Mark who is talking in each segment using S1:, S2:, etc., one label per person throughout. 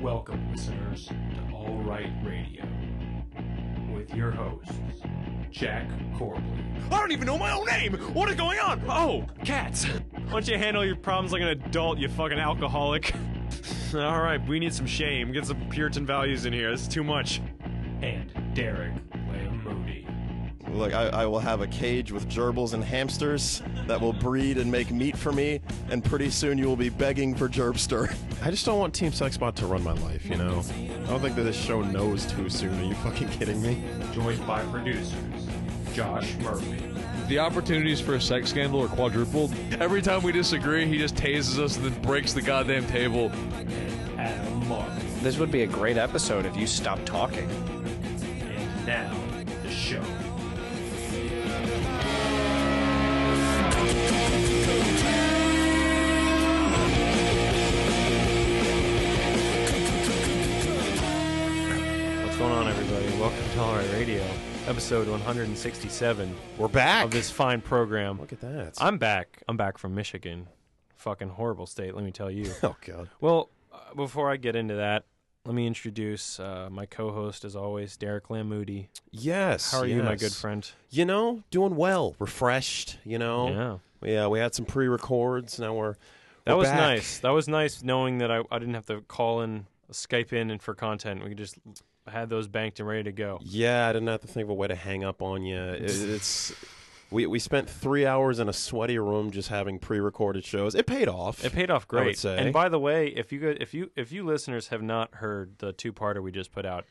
S1: Welcome, listeners, to All Right Radio with your hosts, Jack Corbin.
S2: I don't even know my own name! What is going on? Oh, cats! Why don't you handle your problems like an adult, you fucking alcoholic? Alright, we need some shame. Get some Puritan values in here. This is too much.
S1: and Derek Lamody.
S3: Look, I, I will have a cage with gerbils and hamsters that will breed and make meat for me, and pretty soon you will be begging for Gerbster.
S4: I just don't want Team Sexbot to run my life, you know? I don't think that this show knows too soon. Are you fucking kidding me?
S1: Joined by producers, Josh Murphy,
S5: The opportunities for a sex scandal are quadrupled. Every time we disagree, he just tases us and then breaks the goddamn table.
S1: Adam Martin.
S6: This would be a great episode if you stopped talking.
S1: And now, the show.
S2: What's going on, everybody? Welcome to Alright Radio, episode 167
S4: We're back!
S2: of this fine program.
S4: Look at that.
S2: I'm back. I'm back from Michigan. Fucking horrible state, let me tell you.
S4: oh, God.
S2: Well, uh, before I get into that, let me introduce uh, my co-host, as always, Derek Lamoody.
S4: Yes.
S2: How are you,
S4: Oh,
S2: my
S4: yes.
S2: good friend?
S4: You know, doing well, refreshed, you know?
S2: Yeah,
S4: Yeah. we had some pre records. Now we're.
S2: that
S4: we're
S2: was
S4: back.
S2: nice. That was nice knowing that I, I didn't have to call in, Skype in, and for content, we could just had those banked and ready to go.
S4: Yeah, I didn't have to think of a way to hang up on you. It, it's. We, we spent three hours in a sweaty room just having pre recorded shows. It paid off.
S2: It paid off
S4: I would
S2: great.
S4: say.
S2: And by the way, if you go- if you if you listeners have not heard the two-parter we just put out,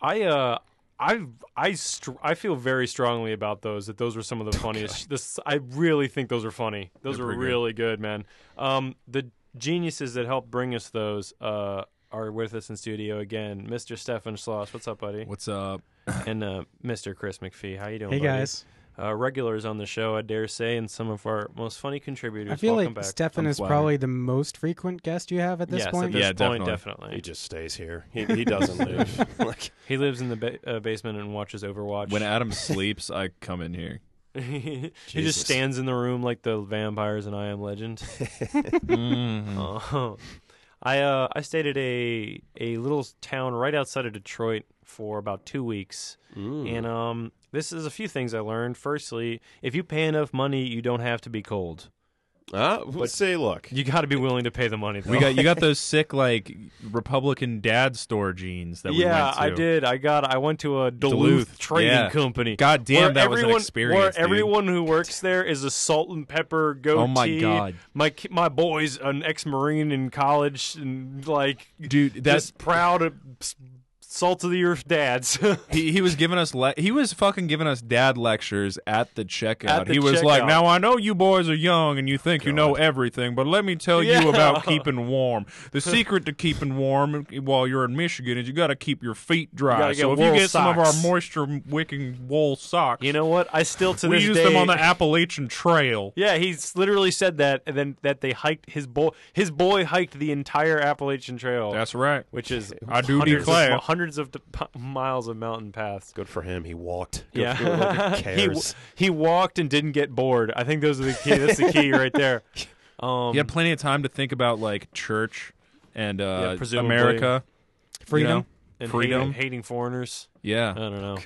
S2: I uh I I str- I feel very strongly about those that those were some of the funniest. This I really think those were funny. Those were really good, man. Um the geniuses that helped bring us those uh are with us in studio again. Mr. Stefan Schloss, what's up, buddy?
S5: What's up?
S2: And uh Mr. Chris McPhee. How you doing, Hey guys. Uh, regulars on the show, I dare say, and some of our most funny contributors.
S7: I feel
S2: Welcome
S7: like
S2: back.
S7: Stefan is probably the most frequent guest you have at this
S2: yes,
S7: point.
S2: At this
S5: Yeah,
S2: point,
S5: definitely.
S4: He
S2: definitely.
S4: just stays here. He, he doesn't leave. like,
S2: He lives in the ba- uh, basement and watches Overwatch.
S5: When Adam sleeps, I come in here.
S2: he just
S4: Jesus.
S2: stands in the room like the vampires in I Am Legend.
S5: Mm-hmm.
S2: Oh. I uh, I stayed at a a little town right outside of Detroit for about two weeks, and um, this is a few things I learned. Firstly, if you pay enough money, you don't have to be cold.
S4: Uh, but say, look,
S2: You got to be willing to pay the money. Though.
S5: We got you got those sick like Republican dad store jeans that we
S2: yeah,
S5: went to.
S2: I did. I got. I went to a Duluth,
S5: Duluth,
S2: trading
S5: yeah.
S2: company.
S5: God damn,
S2: where
S5: that was an
S2: everyone, Where
S5: experience, dude.
S2: everyone who works there is a salt and pepper goatee.
S5: Oh my God.
S2: my ki- my boy's an ex marine in college, and like
S5: Dude, that's
S2: just proud of s- salt of the earth dads.
S5: he, he was giving us le- he was fucking giving us dad lectures at the checkout.
S2: At the
S5: he was like,
S2: checkout.
S5: "Now I know you boys are young and you think you know everything, but let me tell
S2: Yeah.
S5: you about keeping warm. The secret to keeping warm while you're in Michigan is you got to keep your feet dry.
S2: gotta get
S5: so if you
S2: wool
S5: get some of our
S2: socks.
S5: moisture wicking wool socks,
S2: you know what? I still to
S5: we
S2: this
S5: use
S2: day.
S5: them on the Appalachian Trail.
S2: yeah, he's literally said that, and then that they hiked his boy. His boy hiked the entire Appalachian Trail.
S5: That's right.
S2: which is
S5: I do
S2: hundreds of,
S5: declare.
S2: mi- hundreds of d- p- miles of mountain paths.
S4: good for him. He walked. Good
S2: Yeah,
S4: For him. Like, who
S2: he w-
S4: cares?
S2: he walked and didn't get bored. I think those are the key. That's the key right there. Um,
S5: You had plenty of time to think about like church and uh,
S2: presumably.
S5: America.
S7: Freedom.
S5: You know?
S2: and
S5: freedom.
S2: hating, hating foreigners.
S5: Yeah.
S2: I don't know.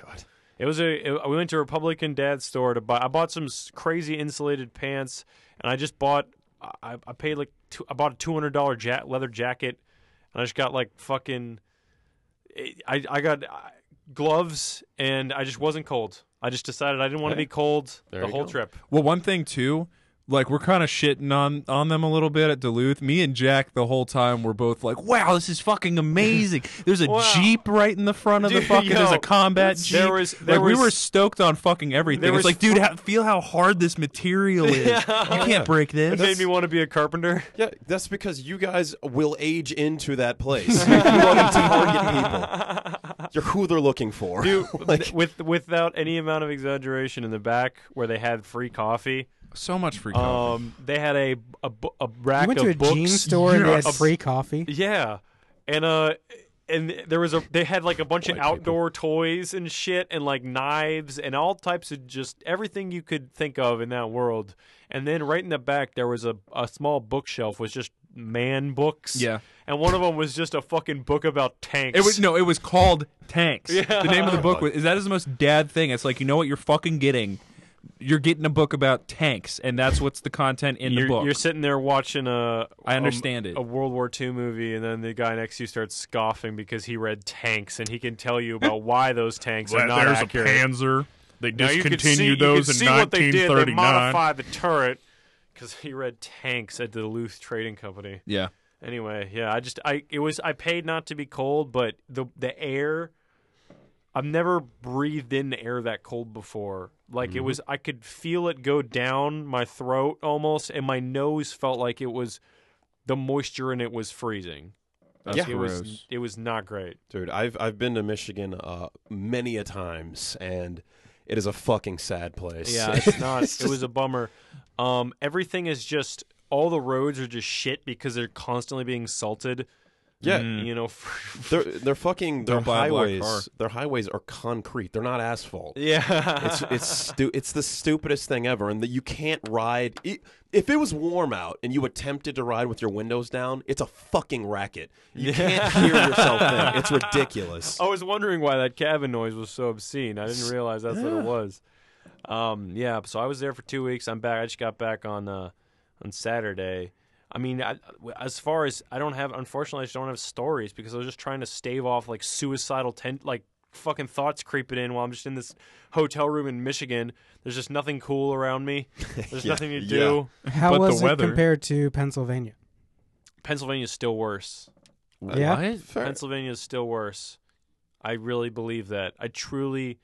S2: It was a. It, we went to a Republican Dad's store to buy. I bought some s- crazy insulated pants, and I just bought. I, I paid like two, I bought a two hundred dollar ja- leather jacket, and I just got like fucking. I I got uh, gloves, and I just wasn't cold. I just decided I didn't want to be cold the
S4: you
S2: whole
S4: go.
S2: trip.
S5: Well, one thing too, like we're kind of shitting on on them a little bit at Duluth. Me and Jack the whole time were both like, "Wow, this is fucking amazing." There's a
S2: Wow.
S5: jeep right in the front of
S2: Dude,
S5: the fucking. there's
S2: yo,
S5: a combat jeep.
S2: there was- there
S5: like
S2: was-
S5: we were stoked on fucking everything.
S2: there
S5: It's
S2: was
S5: like, dude, ha- feel how hard this material is. You can't break
S2: It
S5: this.
S2: made me want to be a carpenter.
S4: Yeah, that's because you guys will age into that place. you love to target people. You're who they're looking for.
S2: Dude, with without any amount of exaggeration, in the back where they had free coffee,
S5: so much free. coffee.
S2: um, they had a a, bu- a rack
S7: You went
S2: of
S7: to a
S2: books.
S7: jean store and they had
S2: Yes.
S7: free coffee.
S2: Yeah, and uh, and there was a they had like a bunch of outdoor toys and shit, and like knives and all types of just everything you could think of in that world. And then right in the back there was a a small bookshelf was just man books.
S5: Yeah.
S2: and one of them was just a fucking book about tanks.
S5: It was no, it was called Tanks. The name of the book was is that is the most dad thing. It's like you know what you're fucking getting. You're getting a book about tanks, and that's what's the content in
S2: you're,
S5: the book.
S2: you're sitting there watching a
S5: I understand it.
S2: a World War II movie, and then the guy next to you starts scoffing because he read tanks, and he can tell you about why those tanks are not
S8: there's
S2: accurate.
S8: a Panzer. They
S2: Now, you
S8: discontinued
S2: can see, you
S8: those
S2: can
S8: in
S2: see what they did. They
S8: 1939.
S2: modified the turret because he read tanks at the Duluth Trading Company.
S5: yeah.
S2: Anyway, yeah, I just I it was I paid not to be cold, but the the air I've never breathed in air that cold before. Like
S8: Mm-hmm.
S2: it was I could feel it go down my throat almost and my nose felt like it was the moisture in it was freezing.
S5: That's
S2: It was it was not great.
S3: Dude, I've I've been to Michigan uh, many a times, and it is a fucking sad place.
S2: Yeah, it's not. it was a bummer. Um, everything is just all the roads are just shit because they're constantly being salted.
S3: yeah.
S2: You know,
S3: They're they're fucking their
S5: Mm. Don't buy a black car.
S3: highways. Their highways are concrete. They're not asphalt.
S2: yeah.
S3: It's it's stu- it's the stupidest thing ever, and that you can't ride. i if it was warm out and you attempted to ride with your windows down, it's a fucking racket. You can't hear yourself. Then. It's ridiculous.
S2: I was wondering why that cabin noise was so obscene. I didn't realize that's what it was. Um, yeah, so I was there for two weeks. I'm back. I just got back on uh, on Saturday. I mean, I, as far as I don't have, unfortunately, I just don't have stories because I was just trying to stave off like suicidal tent, like fucking thoughts creeping in while I'm just in this hotel room in Michigan. There's just nothing cool around me. There's nothing to do.
S7: How
S8: But the
S7: was it
S8: weather-
S7: compared to Pennsylvania?
S2: Pennsylvania's still worse.
S7: yeah.
S2: Pennsylvania is still worse. I really believe that. I truly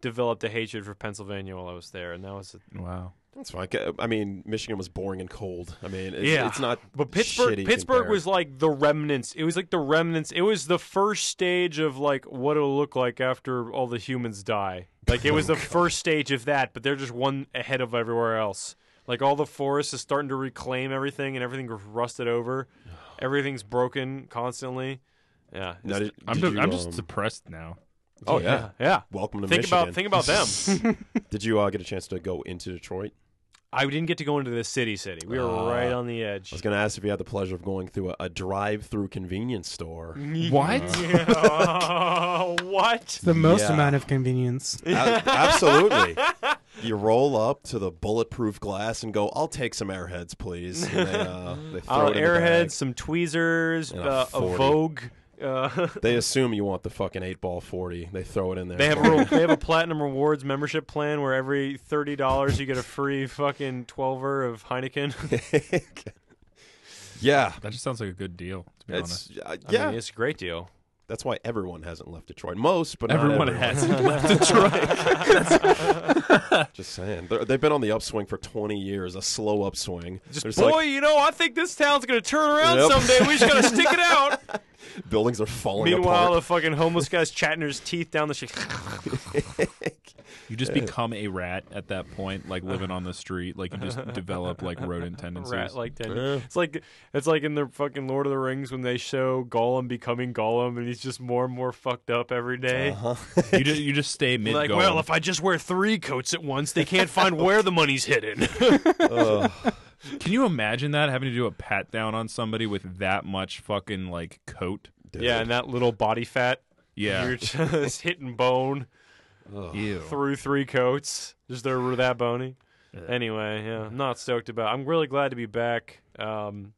S2: developed a hatred for Pennsylvania while I was there, and that was
S5: Wow.
S3: That's fine. I mean, Michigan was boring and cold. I mean, it's,
S2: Yeah.
S3: it's not.
S2: But Pittsburgh,
S3: shitty
S2: Pittsburgh
S3: compared.
S2: was like the remnants. It was like the remnants. It was the first stage of like what it'll look like after all the humans die. Like it was
S3: Oh,
S2: the first stage of that, but they're just one ahead of everywhere else. Like all the forest is starting to reclaim everything, and everything's rusted over. Everything's broken constantly. Yeah.
S3: Now,
S2: it's-
S3: did-
S8: I'm
S3: did
S8: just,
S3: you,
S8: I'm just
S3: um,
S8: depressed now.
S3: oh yeah.
S2: yeah.
S3: Welcome to
S2: Think
S3: Michigan.
S2: about think about them.
S3: Did you uh, get a chance to go into Detroit?
S2: I didn't get to go into the city. City. We were
S3: Ah.
S2: right on the
S3: I was
S2: edge.
S3: going to ask if you had the pleasure of going through a, a drive-through convenience store.
S2: Mm-hmm.
S5: What?
S2: Yeah. what?
S7: It's the most
S3: Yeah.
S7: amount of convenience.
S3: A- absolutely. You roll up to the bulletproof glass and go, "I'll take some airheads, please." And they, uh, they throw
S2: Uh,
S3: it in the
S2: airheads,
S3: bag.
S2: some tweezers,
S3: And a
S2: uh, a
S3: 40.
S2: Vogue. Uh,
S3: They assume you want the fucking eight ball forty. They throw it in there.
S2: they have a real- they have a platinum rewards membership plan where every thirty dollars you get a free fucking twelver of Heineken.
S3: yeah.
S8: That just sounds like a good deal, to be honest.
S3: It's, uh,
S2: I
S3: yeah,
S2: mean, it's a great deal.
S3: that's why everyone hasn't left Detroit. Most, but not
S5: Everyone
S3: everyone.
S5: has.
S3: Just saying, They're, they've been on the upswing for twenty years, a slow upswing. There's
S2: Boy,
S3: like
S2: you know, I think this town's gonna turn around
S3: Yep.
S2: someday. We just gotta stick it out.
S3: buildings are falling
S2: Meanwhile,
S3: apart.
S2: the fucking homeless guy's chatting his teeth down the shit.
S5: You just become a rat at that point, like living on the street. Like you just develop like rodent tendencies.
S2: rat like that. It's like it's like in the fucking Lord of the Rings when they show Gollum becoming Gollum and he's just more and more fucked up every day.
S5: you just you just stay mid.
S2: Like, well, if I just wear three coats at once, they can't find where the money's hidden.
S5: can you imagine that having to do a pat down on somebody with that much fucking like coat?
S2: yeah, and that little body fat.
S5: Yeah. Oh
S2: You're just hitting bone
S5: Ew.
S2: through three coats. Just they were that bony. Anyway, yeah, I'm not stoked about. I'm really glad to be back. Um,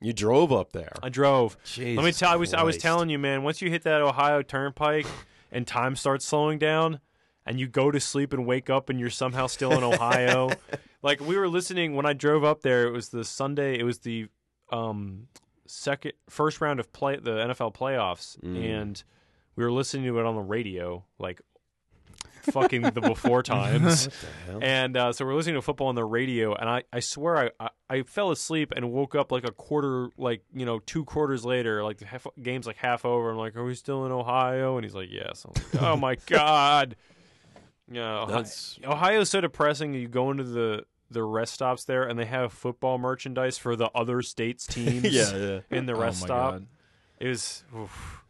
S3: you drove up there.
S2: I drove. Let me
S3: Jesus
S2: tell. I was. I was
S3: Christ.
S2: telling you, man. Once you hit that Ohio Turnpike and time starts slowing down, and you go to sleep and wake up and you're somehow still in Ohio. like we were listening when I drove up there. It was the Sunday. It was the um second first round of play the NFL playoffs,
S3: Mm.
S2: and we were listening to it on the radio. Like fucking the before times. And uh, so we're listening to football on the radio, and I, I swear I, I, I fell asleep and woke up like a quarter, like, you know, two quarters later, like the half, game's like half over. I'm like, are we still in Ohio? And he's like, yes. I'm like, oh my God. Yeah, Ohio,
S3: That's-
S2: Ohio's so depressing. You go into the, the rest stops there, and they have football merchandise for the other states' teams
S3: Yeah, yeah.
S2: in the
S5: Oh
S2: rest
S5: my
S2: stop.
S5: God.
S2: It was, oof,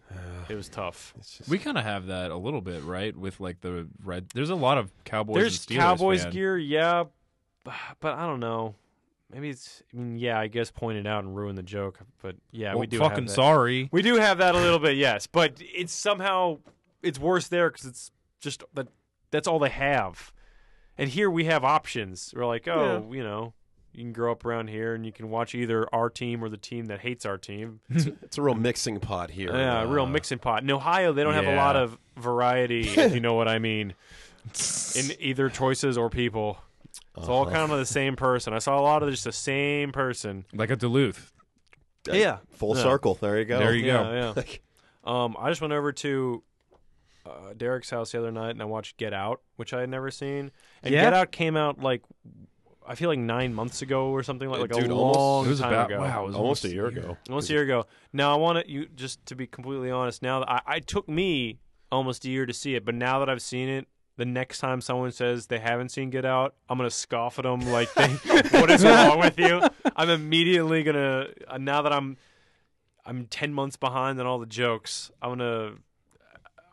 S2: it was tough.
S5: We kind of have that a little bit, right? With like the red. There's a lot of Cowboys.
S2: There's
S5: and Steelers
S2: Cowboys
S5: fan.
S2: gear, yeah, b- but I don't know. Maybe it's. I mean, yeah, I guess point it out and ruin the joke, but yeah,
S5: Well,
S2: we do.
S5: fucking
S2: have that.
S5: sorry.
S2: We do have that a little bit, yes, but it's somehow it's worse there because it's just that that's all they have, and here we have options. We're like, oh, you know, you can grow up around here and you can watch either our team or the team that hates our team.
S4: It's a real mixing pot here.
S2: Yeah, a real
S4: Uh,
S2: mixing pot. In Ohio, they don't have a lot
S9: yeah.
S2: of variety, if you know what I mean, in either choices or people. It's all kind of the same person. I saw a lot of just the same person.
S9: Like a Duluth.
S2: Yeah,
S3: Full
S2: Yeah.
S3: circle. There you go.
S9: There you go.
S2: yeah, yeah. um, I just went over to uh, Derek's house the other night and I watched Get Out, which I had never seen. And
S7: Yeah?
S2: Get Out came out like I feel like nine months ago or something like, like
S4: Dude,
S2: a
S4: almost-
S2: long
S9: Uh, It was
S2: time
S9: about
S2: ago.
S9: wow, it was
S4: Almost a year ago.
S2: Almost a year ago. Now I want to you just to be completely honest. Now that I, I took me almost a year to see it, but now that I've seen it, the next time someone says they haven't seen Get Out, I'm gonna scoff at them like, they, "What is wrong with you?" I'm immediately gonna uh, now that I'm I'm ten months behind on all the jokes. I'm gonna.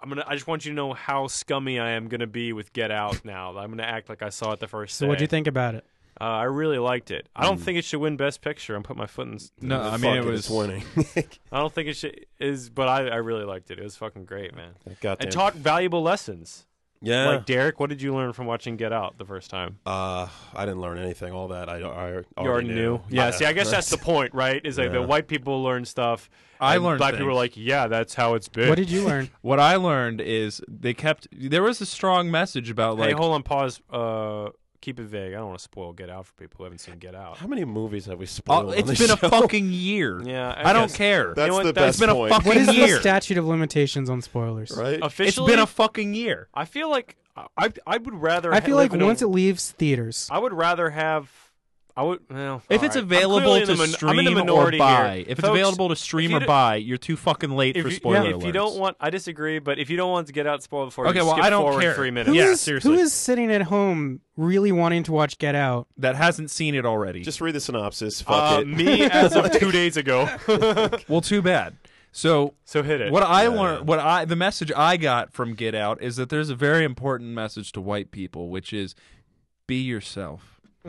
S2: I'm gonna. I just want you to know how scummy I am gonna be with Get Out now. I'm gonna act like I saw it the first.
S7: So, what do
S2: day.
S7: you think about it?
S2: Uh, I really liked it. I
S4: Mm.
S2: don't think it should win Best Picture. I'm putting my foot in. s-
S9: No, I mean
S4: Fuck
S9: it was
S4: it's winning.
S2: I don't think it should is, but I, I really liked it. It was fucking great, man.
S4: Goddamn.
S2: It taught valuable lessons.
S4: yeah.
S2: Like Derek, what did you learn from watching Get Out the first time?
S4: uh, I didn't learn anything. All that I, I already,
S2: You already knew. Yeah, See, I guess that's the point, right? Is like the
S4: Yeah.
S2: white people learn stuff.
S5: I
S2: and
S5: learned
S2: Black people are
S5: things.
S2: like, yeah, that's how it's been.
S7: What did you learn?
S5: What I learned is they kept there was a strong message about
S2: Hey,
S5: like
S2: hold on, pause. Uh, keep it vague. I don't want to spoil Get Out for people who haven't seen Get Out.
S4: How many movies have we spoiled?
S5: oh,
S4: on
S5: it's been
S4: this
S5: a
S4: show?
S5: fucking year.
S2: Yeah,
S5: I, don't
S2: guess.
S5: care.
S2: You
S3: That's
S2: know what?
S3: the
S2: That's
S3: best
S5: been a
S3: point.
S5: fucking
S7: What is the
S5: year.
S7: statute of limitations on spoilers?
S3: right?
S5: it's
S2: Officially,
S5: been a fucking year.
S2: I feel like I I would rather.
S7: I feel
S2: live
S7: like
S2: in a-
S7: once it leaves theaters,
S2: I would rather have. I would. Well,
S5: If
S2: all right.
S5: it's
S2: I'm
S5: available
S2: clearly
S5: to
S2: in the min- I'm
S5: stream
S2: in the
S5: or
S2: minority
S5: buy,
S2: here.
S5: if it's
S2: Folks,
S5: available to stream
S2: you
S5: or
S2: d-
S5: buy, you're too fucking late
S2: if
S5: for
S2: you-
S5: spoiler
S2: if you
S5: alerts.
S2: don't want, I disagree. But if you don't want to get out spoiled before,
S5: Okay,
S2: you
S5: well,
S2: skip
S5: I don't
S2: forward
S5: care.
S2: Three minutes.
S7: who
S5: Yeah,
S7: is-
S5: seriously.
S7: who is sitting at home really wanting to watch Get Out?
S5: that hasn't seen it already.
S3: Just read the synopsis. Fuck
S2: Uh,
S3: it.
S2: me as of two days ago.
S5: well, too bad. So
S2: so hit it.
S5: what I learned, what I the message I got from Get Out is that there's a very important message to white people, which is be yourself.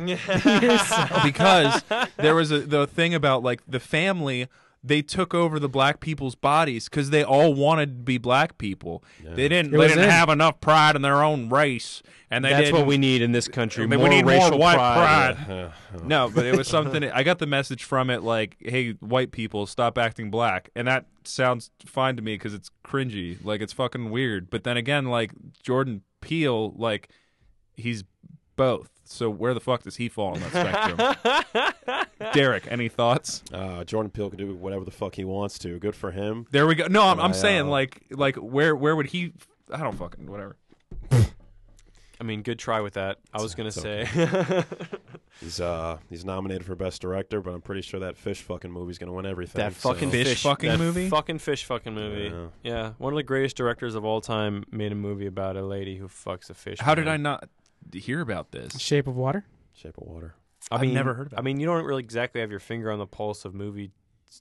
S5: because there was a the thing about like the family they took over the black people's bodies because they all wanted to be black people. They didn't. they
S7: was
S5: didn't
S7: in.
S5: have enough pride in their own race, and they
S2: That's
S5: didn't.
S2: what we need in this country.
S5: I mean,
S2: more
S5: we need
S2: racial
S5: more white
S2: pride.
S5: pride. No, but it was something. I got the message from it like, "Hey, white people, stop acting black," and that sounds fine to me because it's cringy, like it's fucking weird. But then again, like Jordan Peele, like he's both. So where the fuck does he fall on that spectrum? Derek, any thoughts?
S4: Uh, Jordan Peele can do whatever the fuck he wants to. Good for him.
S5: There we go. No, I'm,
S4: I,
S5: I'm saying
S4: uh,
S5: like like where where would he? I don't fucking whatever.
S2: I mean, good try with that. I was gonna
S4: it's
S2: say.
S4: He's uh he's nominated for best director, but I'm pretty sure that fish fucking movie's gonna win everything.
S2: That
S4: so-
S2: fucking
S5: Fish fucking
S2: that
S5: movie?
S2: Fucking fish fucking movie. Yeah.
S4: Yeah.
S2: one of the greatest directors of all time made a movie about a lady who fucks a fish.
S5: How did I
S2: man.
S5: not hear about this?
S7: Shape of Water.
S4: Shape of Water.
S5: I've never heard about
S2: I mean, you don't really exactly have your finger on the pulse of movie.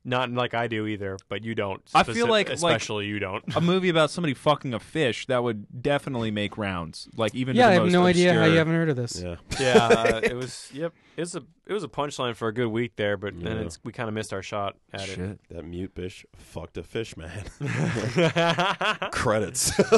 S2: Not like I do either, but you don't.
S5: I feel
S2: Speci-
S5: like- like-
S2: especially you don't.
S5: a movie about somebody fucking a fish that would definitely make rounds. Like even
S7: Yeah,
S5: to
S7: I
S5: the
S7: have
S5: most
S7: no idea how you
S5: obscure-
S7: haven't heard of this.
S4: Yeah.
S2: yeah, uh, it was. Yep, it was a it was a punchline for a good week there, but then
S4: Yeah.
S2: it's, we kind of missed our shot at it.
S5: Shit.
S4: That mute bitch fucked a fish, man.
S3: Credits.
S2: Yeah,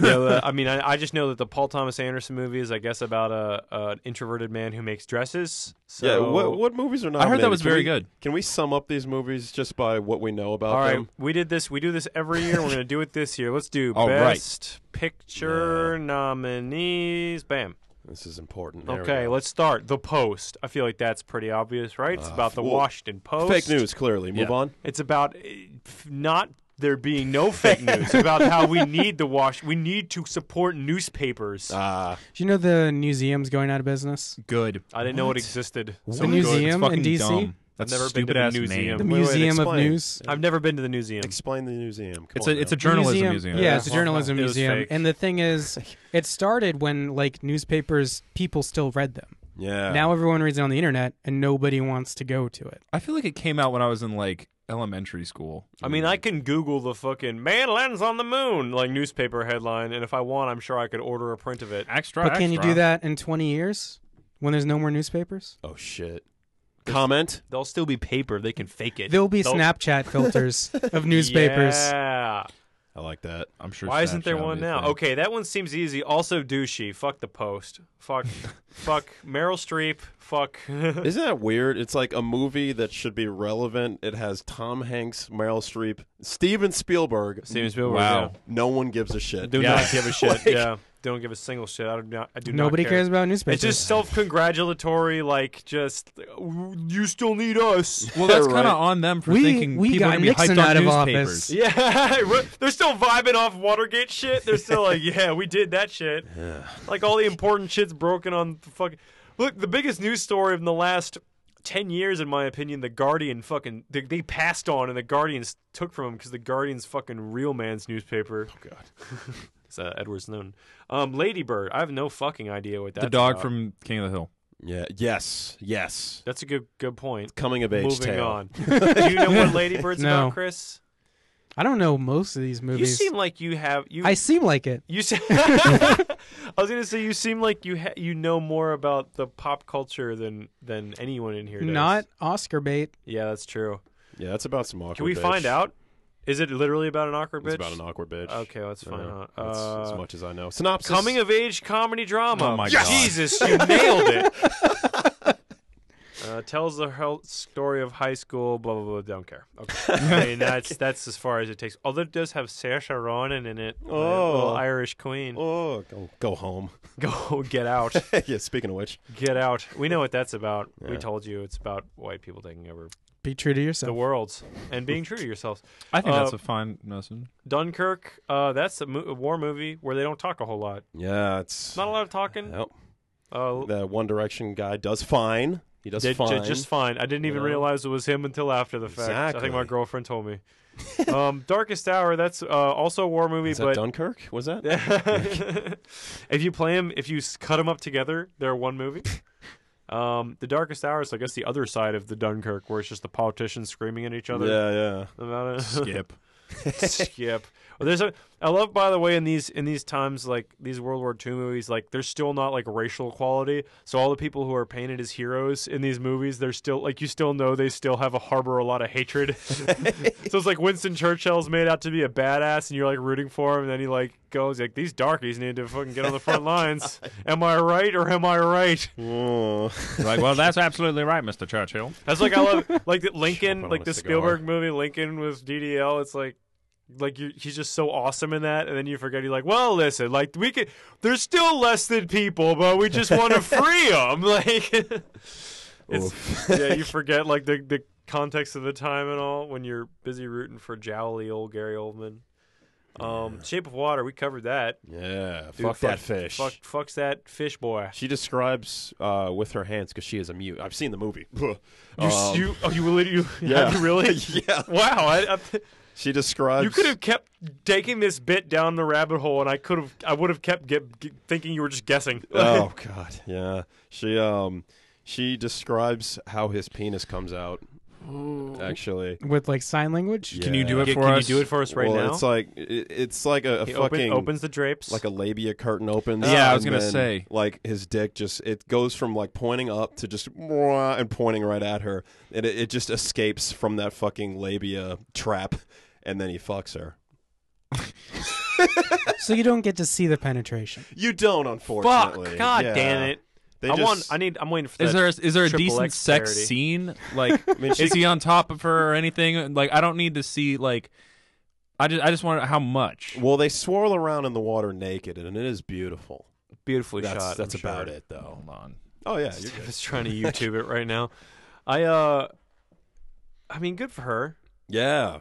S2: well, uh, I mean, I, I just know that the Paul Thomas Anderson movie is, I guess, about a, a an introverted man who makes dresses. So,
S4: yeah. What what movies are not?
S5: I heard that was very good.
S4: Can we sum up these movies just by what we know about
S2: All right,
S4: them?
S2: we did this. We do this every year. We're gonna do it this year. Let's do
S5: All right.
S2: best picture nominees. Bam.
S4: This is important. There we
S2: Okay,
S4: go.
S2: let's start. The Post. I feel like that's pretty obvious, right? It's about the
S4: well,
S2: Washington Post.
S4: Uh, Fake news, clearly. Move on.
S2: It's about uh, f- not there being no fake news. about how we need the wash. We need to support newspapers.
S4: Uh,
S7: Do you know the museum's going out of business?
S5: Good.
S2: I didn't know it existed.
S5: It's
S7: The
S5: good.
S7: museum in
S5: It's fucking
S7: DC?
S5: dumb. That's
S2: I've never been to
S5: stupid
S2: the
S5: ass
S2: museum.
S5: museum.
S7: The
S4: Wait, wait,
S7: Museum of
S4: explain.
S7: News.
S2: I've never been to the museum.
S4: explain the museum. Come
S5: It's
S4: on
S5: a it's a
S4: now.
S5: journalism museum.
S7: Yeah, it's a journalism
S2: It was
S7: museum.
S2: fake.
S7: And the thing is, it started when like newspapers, people still read them.
S4: yeah.
S7: Now everyone reads it on the internet, and nobody wants to go to it.
S5: I feel like it came out when I was in like elementary school.
S2: I mean, I can Google the fucking "Man lands on the moon" like newspaper headline, and if I want, I'm sure I could order a print of it.
S9: Extra.
S7: But can you do that in 20 years when there's no more newspapers?
S4: oh shit. Comment.
S2: They'll still be paper. They can fake it.
S7: There'll be
S2: They'll-
S7: Snapchat filters of newspapers.
S2: Yeah.
S3: I like that.
S9: I'm sure.
S2: Why isn't there
S9: Snapchat
S2: one
S9: will be a
S2: now?
S9: thing.
S2: Okay, that one seems easy. Also douchey. Fuck the post. Fuck fuck Meryl Streep. Fuck
S3: Isn't that weird? It's like a movie that should be relevant. It has Tom Hanks, Meryl Streep, Steven Spielberg.
S2: Steven Spielberg.
S9: Wow.
S3: No one gives a shit.
S2: Do
S9: Yeah.
S2: not give a shit. yeah. Don't give a single shit. I do not I do not
S7: Nobody
S2: care.
S7: cares about newspapers.
S2: It's just self-congratulatory, like just you still need us.
S5: Well, that's
S3: Right.
S5: kind of on them for
S7: We-
S5: thinking
S7: we got
S5: people are gonna be
S7: Nixon
S5: hyped on
S7: out of office.
S5: newspapers.
S2: Yeah, right. they're still vibing off Watergate shit. They're still like, yeah, we did that shit. Like all the important shit's broken on the fucking. Look, the biggest news story in the last ten years, in my opinion, the Guardian fucking they, they passed on, and the Guardians took from them because the Guardian's fucking real man's newspaper. Oh god, it's uh, Edward Snowden. Um, Ladybird, I have no fucking idea what that.
S5: The dog from King of the Hill.
S4: Yeah. Yes. Yes.
S2: That's a good good point.
S4: Coming of age.
S2: Moving
S4: tale.
S2: on. Do you know what Ladybird's
S7: No.
S2: about, Chris?
S7: I don't know most of these
S2: You
S7: movies.
S2: seem like you have you.
S7: I seem like it.
S2: You se- I was gonna say you seem like you ha- you know more about the pop culture than than anyone in here. Does.
S7: Not Oscar bait.
S2: Yeah, that's true.
S3: Yeah, that's about some awkward.
S2: Can we
S3: bitch.
S2: find out? Is it literally about an awkward bitch?
S3: It's about an awkward bitch.
S2: Okay, let's
S3: I
S2: find
S3: know.
S2: out.
S3: That's
S2: Uh,
S3: as much as I know. Synopsis.
S2: Coming of age comedy drama.
S5: Oh my
S2: Yes!
S5: God.
S2: Jesus, you nailed it. Uh, tells the whole story of high school. Blah blah blah. Don't care. Okay, I mean, that's that's as far as it takes. Although it does have Saoirse Ronan in it, the little
S3: Oh.
S2: Irish queen.
S3: Oh, go, go home.
S2: Go get out.
S3: yeah. Speaking of which,
S2: Get out. We know what that's about. We
S3: Yeah.
S2: told you it's about white people taking over
S7: Be true to
S2: the
S7: yourself.
S2: world and being true to yourselves.
S5: I think
S2: Uh,
S5: that's a fine lesson.
S2: Dunkirk, uh, that's a, mo- a war movie where they don't talk a whole lot.
S3: yeah, it's
S2: Not a lot of talking.
S3: Nope.
S2: Uh,
S3: The One Direction guy does fine. He does
S2: did,
S3: fine.
S2: did just fine. I didn't even
S3: know?
S2: realize it was him until after the fact. I think my
S3: Exactly.
S2: girlfriend told me. um, Darkest Hour, that's uh, also a war movie,
S3: Is that
S2: but
S3: Dunkirk? Was that?
S2: if you play them, if you s- cut them up together, they're one movie. Um, the Darkest Hour is, I guess, the other side of the Dunkirk, where it's just the politicians screaming at each other.
S3: Yeah, yeah.
S2: about it.
S5: Skip.
S2: Skip. Well, there's a. I love, by the way, in these in these times, like these World War II movies, like there's still not like racial equality. So all the people who are painted as heroes in these movies, they're still like you still know they still have a harbor a lot of hatred. so it's like Winston Churchill's made out to be a badass, and you're like rooting for him, and then he like goes like these darkies need to fucking get on the front lines. Am I right or am I right?
S3: Mm.
S5: like, well, that's absolutely right, Mr. Churchill.
S2: That's like I love like that Lincoln,
S3: on
S2: like
S3: a
S2: the
S3: cigar.
S2: Spielberg movie Lincoln with DDL. It's like like you, he's just so awesome in that, and then you forget you're like, well, listen, like we could, there's still less than people, but we just want to free them. Like, it's, yeah, you forget like the the context of the time and all when you're busy rooting for jowly old Gary Oldman. Um, Shape of Water, we covered that.
S3: Yeah.
S2: Dude,
S3: fuck that fish.
S2: Fuck, fucks that fish boy.
S3: She describes uh, with her hands because she is a mute. I've seen the movie.
S2: You,
S3: Um, you,
S2: you, oh, you, really- you,
S3: yeah.
S2: you really?
S3: yeah.
S2: Wow, I, I,
S3: She describes.
S2: You could have kept taking this bit down the rabbit hole, and I could have, I would have kept get, get- thinking you were just guessing.
S3: oh God. Yeah. She um. She describes how his penis comes out. Actually.
S7: With like sign language?
S5: Can you do it
S2: Can,
S5: for
S2: can you
S5: us?
S2: do it for us right
S3: well,
S2: now?
S3: It's like it, it's like a, a
S2: he
S3: fucking
S2: open, opens the drapes.
S3: like a labia curtain opens.
S5: Yeah, I
S3: and
S5: was gonna
S3: then,
S5: say.
S3: like his dick just it goes from like pointing up to just "Mwah," and pointing right at her, and it, it just escapes from that fucking labia trap, and then he fucks her.
S7: So you don't get to see the penetration.
S3: You don't, unfortunately.
S2: Fuck! God
S3: Yeah.
S2: damn it!
S3: They
S2: I
S3: just,
S2: want. I need. I'm waiting for.
S5: Is
S2: that
S5: there is there a
S2: Triple
S5: decent
S2: X
S5: sex
S2: parody.
S5: scene? Like, is he on top of her or anything? Like, I don't need to see like. I just I just want to, how much.
S3: well, they swirl around in the water naked, and it is beautiful.
S2: beautifully
S3: That's
S2: shot?
S3: that's
S2: I'm sure.
S3: about it, though.
S5: Hold on.
S3: Oh yeah, you're
S2: I'm
S3: good.
S2: just trying to YouTube it right now. I uh, I mean, good for her.
S3: yeah.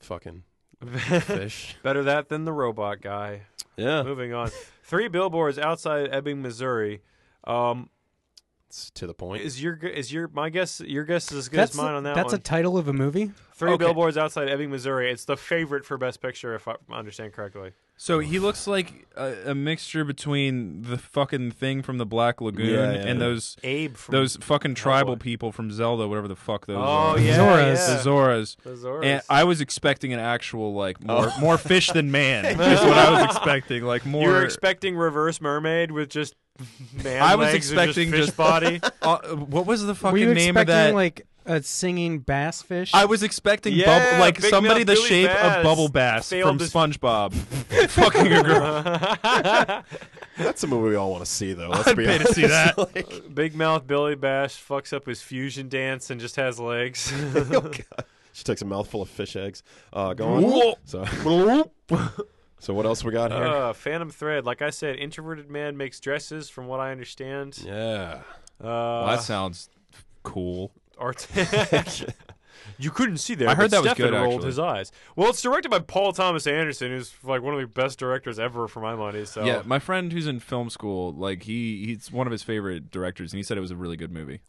S3: Fucking fish.
S2: Better that than the robot guy.
S3: Yeah,
S2: Moving on. Three billboards outside Ebbing, Missouri. Um,
S3: it's to the point.
S2: is your gu- is your my guess? Your guess is as good as mine on that
S7: that's
S2: one.
S7: a title of a movie?
S2: Three
S7: Okay.
S2: billboards outside Ebbing, Missouri. It's the favorite for Best Picture, if I understand correctly.
S5: So he looks like a, a mixture between the fucking thing from the Black Lagoon
S3: Yeah, yeah,
S5: and
S3: yeah.
S5: those
S2: Abe from
S5: those fucking tribal
S2: Hellboy.
S5: people from Zelda, whatever the fuck those
S2: Oh
S5: are.
S2: yeah,
S7: Zoras.
S2: yeah.
S5: The Zoras.
S2: The Zoras. Oh.
S5: And I was expecting an actual like more more fish than man. is what I was expecting. Like more.
S2: you were expecting Reverse Mermaid with just man
S5: I was
S2: legs and
S5: expecting
S2: just fish
S5: just-
S2: body.
S5: Uh, what was the
S7: Were
S5: fucking
S7: you
S5: name of
S7: expecting
S5: that?
S7: like a singing bass fish?
S5: I was expecting
S2: Yeah,
S5: bubble, like
S2: Big
S5: somebody
S2: Mouth
S5: the
S2: Billy
S5: shape
S2: Bass
S5: of Bubble Bass
S2: failed
S5: from
S2: his-
S5: SpongeBob. fucking a girl.
S3: That's a movie we all want to see, though. Let's
S5: I'd
S3: be
S5: pay to
S3: honest.
S5: see that.
S2: Big mouth Billy Bash fucks up his fusion dance and just has legs.
S3: Oh, God. She takes a mouthful of fish eggs. Uh, go on. So, so what else we got here?
S2: uh, Phantom Thread, like I said, introverted man makes dresses, from what I understand.
S3: yeah.
S2: Uh,
S5: that sounds cool.
S2: art. you couldn't see that.
S5: I heard
S2: but
S5: that was
S2: Stefan
S5: good,
S2: Rolled
S5: actually.
S2: his eyes. Well, it's directed by Paul Thomas Anderson, who's like one of the best directors ever for my money. So
S5: Yeah, my friend who's in film school, like he he's one of his favorite directors, and he said it was a really good movie.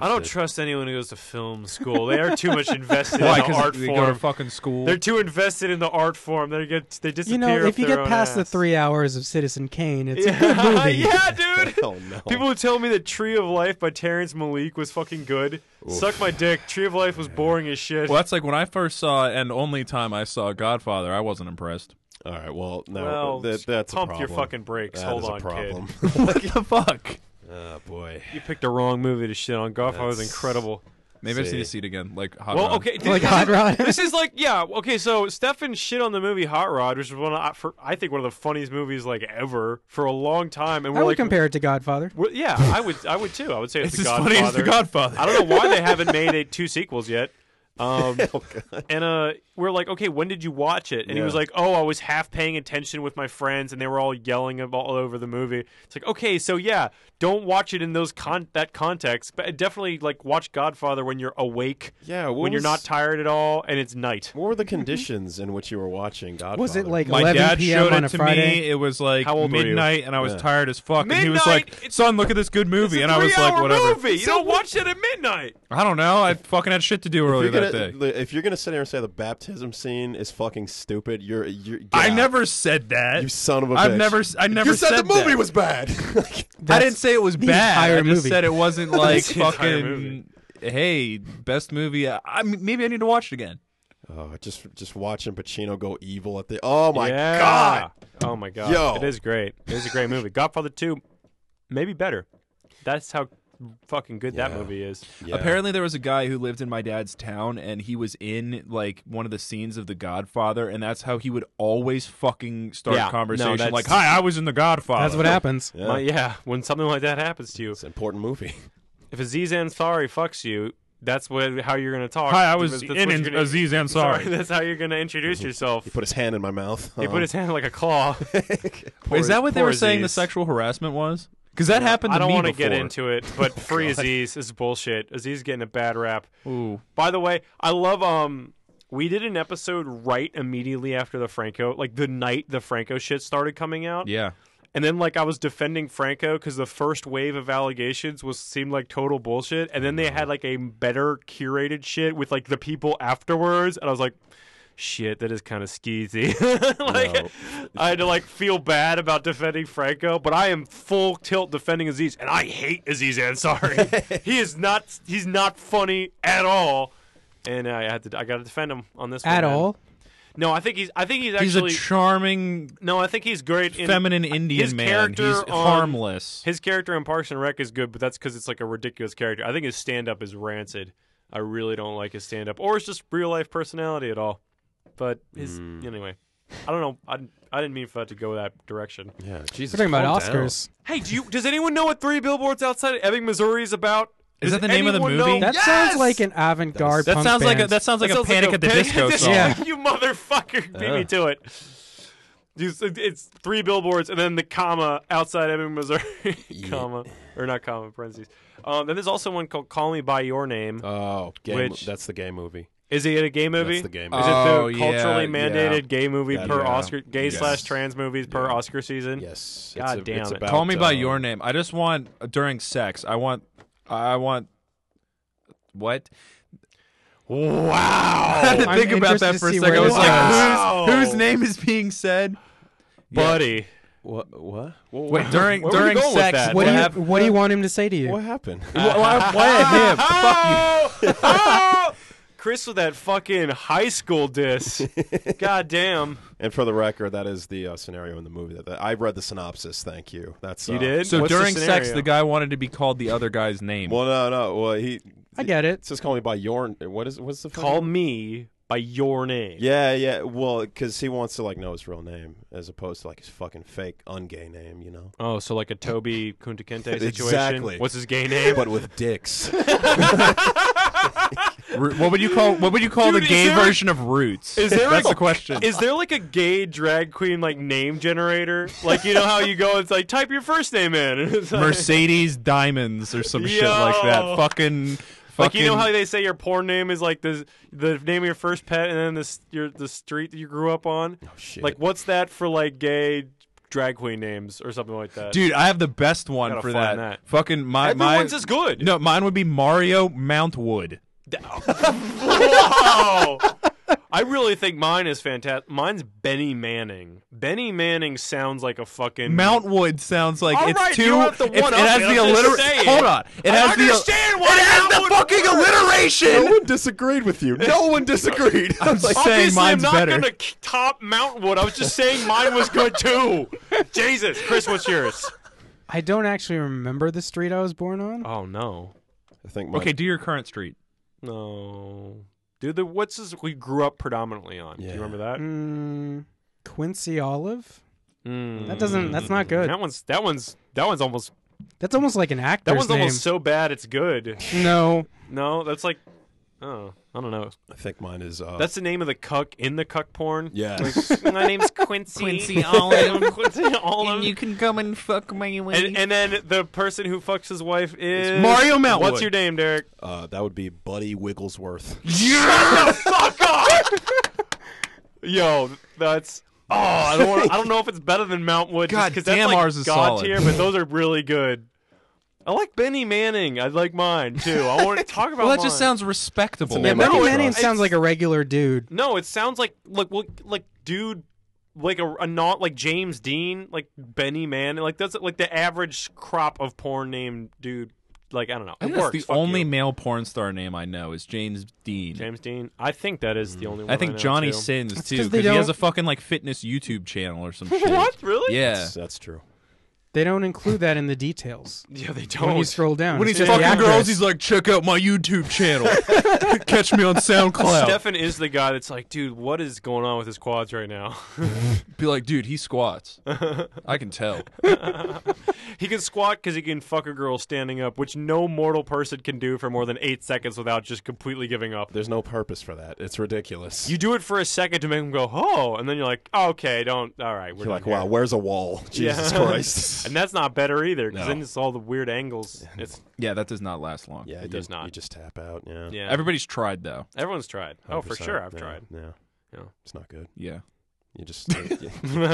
S2: I don't trust anyone who goes to film school. They are too much invested
S5: Why?
S2: in the art
S5: Because they go to
S2: form.
S5: fucking school.
S2: They're too invested in the art form. They get they disappear.
S7: you know,
S2: up
S7: if you
S2: their
S7: get
S2: own
S7: past the
S2: ass.
S7: three hours of Citizen Kane, it's
S2: yeah,
S7: a good movie.
S2: yeah, dude.
S3: Oh no.
S2: People who tell me that Tree of Life by Terrence Malik was fucking good, suck my dick. Tree of Life was boring as shit.
S5: well, that's like when I first saw and only time I saw Godfather, I wasn't impressed.
S3: all right. Well, no.
S2: Well,
S3: that, that's a
S2: pump your
S3: problem.
S2: fucking brakes.
S3: That
S2: Hold
S3: is
S2: on,
S3: a
S2: kid.
S3: problem.
S5: what the fuck?
S3: oh boy.
S2: You picked the wrong movie to shit on. Godfather was
S3: That's-
S2: incredible.
S5: Maybe I
S3: See.
S5: see the seat again. Like hot
S2: Well,
S5: Rod.
S2: okay, dude,
S7: Like
S2: this,
S7: Hot
S2: is,
S7: Rod.
S2: this is like yeah, okay. So Stefan shit on the movie Hot Rod, which is one of, I- for, I think one of the funniest movies like ever for a long time, and
S7: I
S2: we're
S7: would
S2: like,
S7: compare it to Godfather.
S2: we're- yeah, I would, I would too. I would say it's,
S5: it's
S2: the
S5: as
S2: Godfather.
S5: funny as the Godfather.
S2: I don't know why they haven't made a, two sequels yet. Um,
S5: Oh,
S2: and uh, we're like, okay, when did you watch it? And he
S3: Yeah.
S2: was like, oh, I was half paying attention with my friends, and they were all yelling ab- all over the movie. It's like, okay, so yeah, don't watch it in those con- that context, but definitely like watch Godfather when you're awake,
S3: Yeah. What
S2: when you're
S3: was-
S2: not tired at all, and it's night.
S3: What were the conditions in which you were watching Godfather?
S7: Was it like
S5: My
S7: 11
S5: dad
S7: p.m.
S5: showed
S7: on
S5: it
S7: a
S5: to
S7: Friday?
S5: me. It was like
S2: How old were you?
S5: midnight, and I was
S3: Yeah.
S5: tired as fuck. and he was
S2: Midnight?
S5: like,
S2: It's-
S5: "Son, look at this good movie," and I was like,
S2: Three-hour
S5: "Whatever."
S2: Movie. You don't watch it at midnight.
S5: I don't know. I fucking had shit to do
S3: If
S5: earlier
S3: you're,
S5: that
S3: gonna,
S5: day.
S3: the- if you're gonna sit here and say the baptism scene is fucking stupid, you're you're. get
S5: I
S3: out.
S5: never said that.
S3: You son of a
S5: I've
S3: bitch.
S5: never. s- I never
S3: you said, the
S5: that.
S3: movie was bad.
S5: I didn't say it was bad.
S7: entire
S5: I just
S7: movie.
S5: said it wasn't like
S2: The entire
S5: fucking. Hey, best movie. I, I maybe I need to watch it again.
S3: oh, just just watching Pacino go evil at the. Oh my
S2: Yeah.
S3: god.
S2: Oh my god!
S3: Yo.
S2: It is great. It is a great movie. Godfather Two, maybe better. That's how fucking good that
S3: Yeah.
S2: movie is.
S3: Yeah.
S5: Apparently, there was a guy who lived in my dad's town, and he was in like one of the scenes of The Godfather, and that's how he would always fucking start
S2: Yeah,
S5: a conversation
S2: no, that's-
S5: like, "Hi, I was in The Godfather."
S7: That's what happens.
S3: Yeah.
S2: My- yeah, when something like that happens to you,
S3: It's an important movie.
S2: if Aziz Ansari fucks you, that's what how you're gonna talk.
S9: Hi, I was
S2: That's
S9: in,
S2: what you're
S9: in
S2: gonna-
S9: Aziz
S2: Sorry,
S9: Ansari.
S2: that's how you're gonna introduce yourself.
S3: Put his hand in my mouth. Uh-huh.
S2: He put his hand like a claw.
S5: Is that what they
S2: Poor
S5: were saying the
S2: Aziz.
S5: sexual harassment was? Because that happened.
S2: I
S5: to
S2: don't
S5: me
S2: wanna
S5: before. Oh
S2: get into it, but free Aziz is bullshit. Aziz getting a bad rap.
S5: Ooh,
S2: By the way, I love um we did an episode right immediately after the Franco, like the night the Franco shit started coming out.
S5: yeah.
S2: And then like I was defending Franco cuz the first wave of allegations was seemed like total bullshit and then they had like a better curated shit with like the people afterwards and I was like shit that is kind of skeezy. like I had to like feel bad about defending Franco, but I am full tilt defending Aziz and I hate Aziz Ansari. he is not he's not funny at all. And I had to I got to defend him on this
S7: At
S2: one. man.
S7: all?
S2: No, I think he's I think he's
S5: He's
S2: actually
S5: a charming,
S2: no, I think he's great in
S5: feminine Indian
S2: his
S5: man.
S2: character
S5: He's
S2: on-
S5: harmless.
S2: his character in Parks and Rec is good, but that's because it's like a ridiculous character. I think his stand up is rancid. I really don't like his stand up, or it's just real life personality at all. But his anyway, I don't know. I, I didn't mean for that to go that direction.
S3: Yeah, Jesus.
S7: We're talking about
S3: calm down.
S7: Oscars.
S2: Hey, do you? Does anyone know what Three Billboards Outside of Ebbing, Missouri is about?
S5: Is
S2: Does
S5: that the name of the
S2: anyone
S5: movie?
S2: know-
S7: That sounds like an avant-garde
S5: that
S7: punk
S5: sounds like a,
S7: band.
S5: that sounds like
S2: That
S5: a
S2: sounds
S5: Panic
S2: like
S5: at the
S2: Panic
S5: Disco
S2: Disco.
S5: song.
S2: you motherfucker, beat me to it. You s- It's three billboards and then the comma outside Ebbing, Missouri, comma or not comma parentheses. Um, then there's also one called "Call Me by Your Name."
S5: Uh,
S3: Oh, gay mo-
S2: Which-
S3: that's the gay movie.
S2: Is it a gay movie?
S3: That's the gay
S2: Is it the
S5: Oh, yeah,
S2: culturally
S5: yeah.
S2: mandated gay movie
S3: That-
S2: per
S3: yeah.
S2: Oscar, gay
S3: Yes.
S2: slash trans movies per Oscar season?
S3: Yes.
S2: God
S3: it's a,
S2: damn
S3: it's
S2: it.
S3: About,
S5: Call me by
S3: um,
S5: your name. I just want during sex. I want. I want. What?
S2: Wow.
S5: I had to
S7: I'm
S5: think about
S7: interested
S5: that
S7: to
S5: for a
S7: see
S5: second. I
S7: where
S5: was
S7: this
S5: like,
S2: goes.
S5: whose, whose name is being said?
S2: buddy.
S3: What? What?
S9: Wait, during during
S2: going with
S9: sex,
S2: that?
S7: What do you
S9: hap-
S7: What do you want him to say to you?
S3: What happened?
S9: Why- why- why him?
S2: Ah! Chris with that fucking high school diss. God damn.
S3: and for the record, that is the uh, scenario in the movie. That, that- I read the synopsis. Thank you. That's
S2: You
S3: uh,
S2: did?
S5: So
S2: What's
S5: during sex,
S2: scenario?
S5: the guy wanted to be called the other guy's name.
S3: Well, no, no. Well, he
S7: I get it.
S3: it's just calling me by your. What is? What's the fucking-
S2: Call me by your name.
S3: Yeah, yeah. Well, because he wants to like know his real name as opposed to like his fucking fake ungay name, you know.
S2: Oh, so like a Toby Kuntakente situation?
S3: Exactly.
S2: What's his gay name?
S3: But with dicks.
S5: Ru- what would you call what would you call
S2: Dude,
S5: the
S2: is
S5: gay
S2: there a-
S5: version of Roots?
S2: Is there
S5: That's
S2: a-
S5: the question.
S2: Is there like a gay drag queen like name generator? Like you know how you go, it's like type your first name in. and it's like-
S5: Mercedes Diamonds or some shit like
S2: Yo.
S5: that. Fucking fucking
S2: Like you know how they say your porn name is like the the name of your first pet and then the s- your the street that you grew up on. Oh
S3: shit.
S2: Like what's that for like gay drag queen names or something like that?
S5: Dude, I have the best one
S2: Gotta
S5: for that.
S2: find that.
S5: Fucking my
S2: everyone's
S5: my
S2: is good.
S5: No, mine would be Mario Mountwood.
S2: Wow. I really think mine is fantastic. Mine's Benny Manning. Benny Manning sounds like a fucking
S5: Mountwood sounds like
S2: All
S5: it's
S2: right,
S5: too.
S2: you have to
S5: it's-
S2: one
S5: it
S2: up
S5: has
S2: me,
S5: the
S2: I'm just
S5: alliteration.
S2: saying.
S5: Hold on, it
S2: I
S5: has the.
S2: understand why
S5: it has
S2: Mountwood-
S5: the fucking alliteration.
S3: no one disagreed with you. No one disagreed.
S5: I'm just saying
S2: Obviously,
S5: mine's
S2: I'm not
S5: better.
S2: gonna k- top Mountain Wood. I was just saying mine was good too. Jesus, Chris, what's yours?
S7: I don't actually remember the street I was born on.
S2: Oh no,
S3: I think.
S5: Okay, do your current street.
S2: no, dude. The, what's this? We grew up predominantly on. Do
S3: Yeah.
S2: you remember that?
S7: Mm, Quincy Olive.
S2: Mm.
S7: That doesn't. That's not good.
S2: That one's that one's that one's almost
S7: That's almost like an actor's
S2: that one's
S7: name.
S2: almost so bad it's good.
S7: no.
S2: No, that's like. Oh, I don't know.
S3: I think mine is. Uh,
S2: That's the name of the cuck in the cuck porn.
S3: yes.
S2: My name's Quincy.
S10: Quincy Olive.
S2: Quincy Olive.
S10: can come and fuck my way.
S2: And, and then the person who fucks his wife is
S5: Mario Mountwood.
S2: What's your name, Derek?
S3: uh, that would be Buddy Wigglesworth.
S2: Fuck off! Yo, that's. Oh, I don't, wanna, I don't know if it's better than Mount Wood.
S5: God
S2: because
S5: damn,
S2: that's like
S5: ours is
S2: god
S5: solid.
S2: tier, but those are really good. I like Benny Manning. I like mine too. I want to talk about.
S5: Well, that
S2: mine.
S5: just sounds respectable.
S3: That's a name I
S7: Benny
S3: can
S7: Manning
S3: trust.
S7: sounds like a regular dude.
S2: No, it sounds like like well, like dude, like a, a not like James Dean, like Benny Manning, like that's like the average crop of porn name dude. Like I don't know. It
S5: I think
S2: works.
S5: that's the
S2: Fuck
S5: only
S2: you.
S5: male porn star name I know is James Dean.
S2: James Dean. I think that is
S3: Hmm.
S2: the only one.
S5: I think
S2: know,
S5: Johnny
S2: too.
S5: sins too
S7: 'cause they
S5: because he has
S7: don't-
S5: a fucking like fitness YouTube channel or some shit.
S2: What really?
S5: Yeah.
S3: That's, that's true.
S7: They don't include that in the details.
S2: Yeah, they don't.
S7: When you scroll down,
S5: Oh, When
S7: it's
S5: he's
S7: just the
S5: fucking
S7: address.
S5: girls, he's like, check out my YouTube channel. Catch me on SoundCloud.
S2: Stefan is the guy that's like, dude, what is going on with his quads right now?
S5: Be like, dude, he squats. I can tell.
S2: he can squat because he can fuck a girl standing up, which no mortal person can do for more than eight seconds without just completely giving up.
S3: There's no purpose for that. It's ridiculous.
S2: You do it for a second to make him go, oh, and then you're like, okay, don't, all right, we're
S3: are like,
S2: done
S3: wow,
S2: here."
S3: where's a wall?
S2: Yeah.
S3: Jesus Christ.
S2: And that's not better either because
S3: No.
S2: then it's all the weird angles. It's
S5: Yeah, that does not last long.
S3: yeah,
S2: It does
S3: you-
S2: not.
S3: You just tap out. Yeah.
S2: yeah,
S5: Everybody's tried though.
S2: everyone's tried. Oh, for
S3: 100%,
S2: sure, I've
S3: yeah,
S2: tried.
S3: Yeah.
S2: Yeah.
S3: It's not good.
S5: Yeah.
S3: You just you, you
S2: you look
S3: look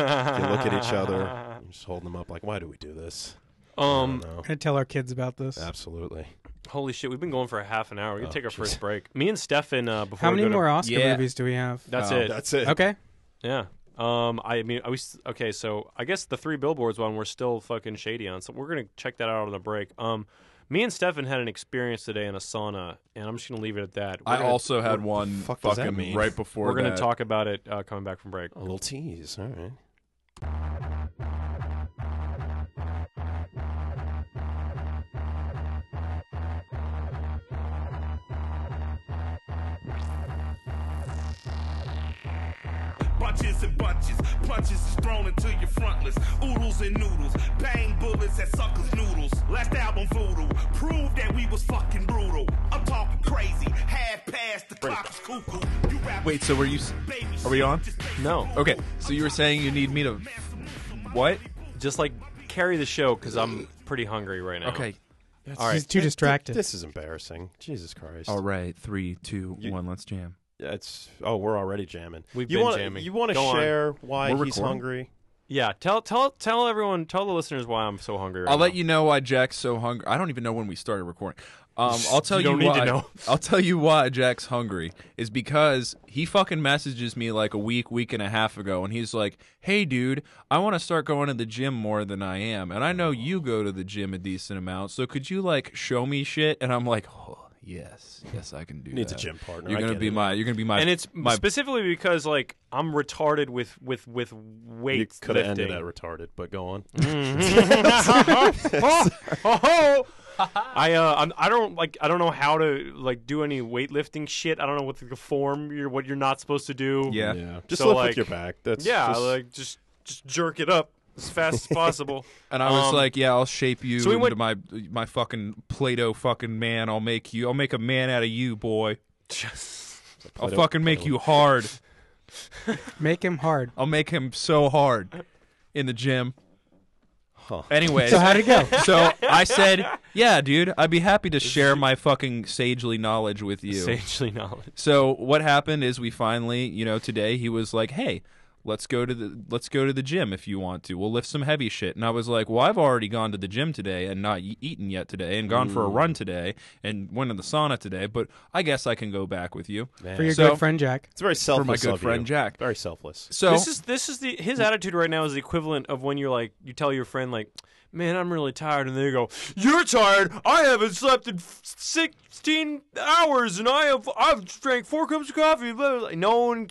S3: at each other. You just hold them up like, why do we do this? I
S2: Um,
S3: don't know.
S7: I'm gonna tell our kids about this.
S3: Absolutely.
S2: holy shit, we've been going for a half an hour. We can
S3: Oh,
S2: take our
S3: jeez.
S2: first break. Me and Stefan, uh, before
S7: How
S2: we
S7: many
S2: go to-
S7: more Oscar
S5: Yeah.
S7: movies do we have?
S2: That's
S5: Oh.
S2: it.
S3: That's it.
S7: Okay.
S2: Yeah. Um, I mean, I was okay. So I guess the three billboards one we're still fucking shady on. So we're gonna check that out on the break. Um, me and Stefan had an experience today in a sauna, and I'm just gonna leave it at that. We're
S5: I
S2: gonna,
S5: also had one
S3: fuck does that
S5: fucking
S3: mean?
S5: right before
S2: we're gonna
S5: that.
S2: talk about it uh, coming back from break.
S3: A little tease. All right.
S11: Bunches and bunches, punches is thrown into your frontless. Oodles and noodles, bang bullets at suckers' noodles. Last album, Voodoo, proved that we was fucking brutal. I'm talking crazy, half past the clock is cuckoo. You rap
S5: Wait, so were you? s- Are we on?
S2: No,
S5: Okay, so you were saying you need me to what?
S2: just like carry the show because I'm pretty hungry right now.
S5: Okay.
S2: all right.
S7: He's too distracted.
S3: This is embarrassing. Jesus Christ.
S5: All right, three, two,
S3: You-
S5: one. Let's jam.
S3: Yeah, It's oh, we're already jamming.
S2: We've
S3: you
S2: been
S3: wanna,
S2: jamming.
S3: You want to
S2: Go on.
S3: share why
S5: We're
S3: he's
S5: recording.
S3: hungry?
S2: Yeah, tell tell tell everyone, tell the listeners why I'm so hungry. Right
S5: I'll let
S2: now.
S5: you know why Jack's so hungry. I don't even know when we started recording. Um, I'll tell
S2: You don't
S5: you,
S2: need to
S5: why.
S2: know.
S5: I'll tell you why Jack's hungry is because he fucking messages me like a week, week and a half ago, and he's like, "Hey, dude, I want to start going to the gym more than I am, and I know you go to the gym a decent amount, so could you like show me shit?" And I'm like, "Oh, yes, yes, I can do
S3: Needs a
S5: that."
S3: gym partner,
S5: You're
S3: I
S5: gonna
S3: get
S5: be
S3: it.
S5: my. You're gonna be my.
S2: and it's
S5: my.
S2: specifically because like I'm retarded with with with weight
S3: could have ended
S2: lifting.
S3: that retarded, but go on.
S2: I uh I'm, I don't like I don't know how to like do any weightlifting shit. I don't know what the form you're what you're not supposed to do.
S5: yeah.
S3: Just
S2: So,
S3: lift
S2: like-
S3: with your back. That's
S2: yeah,
S3: just-
S2: like just just jerk it up as fast as possible.
S5: And I was
S2: Um,
S5: like, "Yeah, I'll shape you
S2: so we went-
S5: into my my fucking Play-Doh fucking man. I'll make you. I'll make a man out of you, boy. I'll
S3: Play-Doh-
S5: fucking make you hard.
S7: Make him hard.
S5: I'll make him so hard in the gym." Anyways,
S7: So how'd it go?
S5: so I said, "Yeah, dude, I'd be happy to share my fucking sagely knowledge with you."
S2: Sagely knowledge.
S5: So what happened is we finally, you know, today he was like, "Hey, let's go to the let's go to the gym if you want to. We'll lift some heavy shit." And I was like, "Well, I've already gone to the gym today and not y- eaten yet today, and gone for a run today, and went to the sauna today. But I guess I can go back with you
S7: For your
S5: So-
S7: good friend Jack.
S3: it's very
S5: for
S3: selfless.
S5: my good
S3: of you.
S5: friend Jack."
S3: Very selfless.
S5: So
S2: This is this is the his attitude right now is the equivalent of when you're like you tell your friend like, man, I'm really tired, and they go, you're tired. I haven't slept in f- sixteen hours, and I have I've drank four cups of coffee. Blah, blah, blah." No one,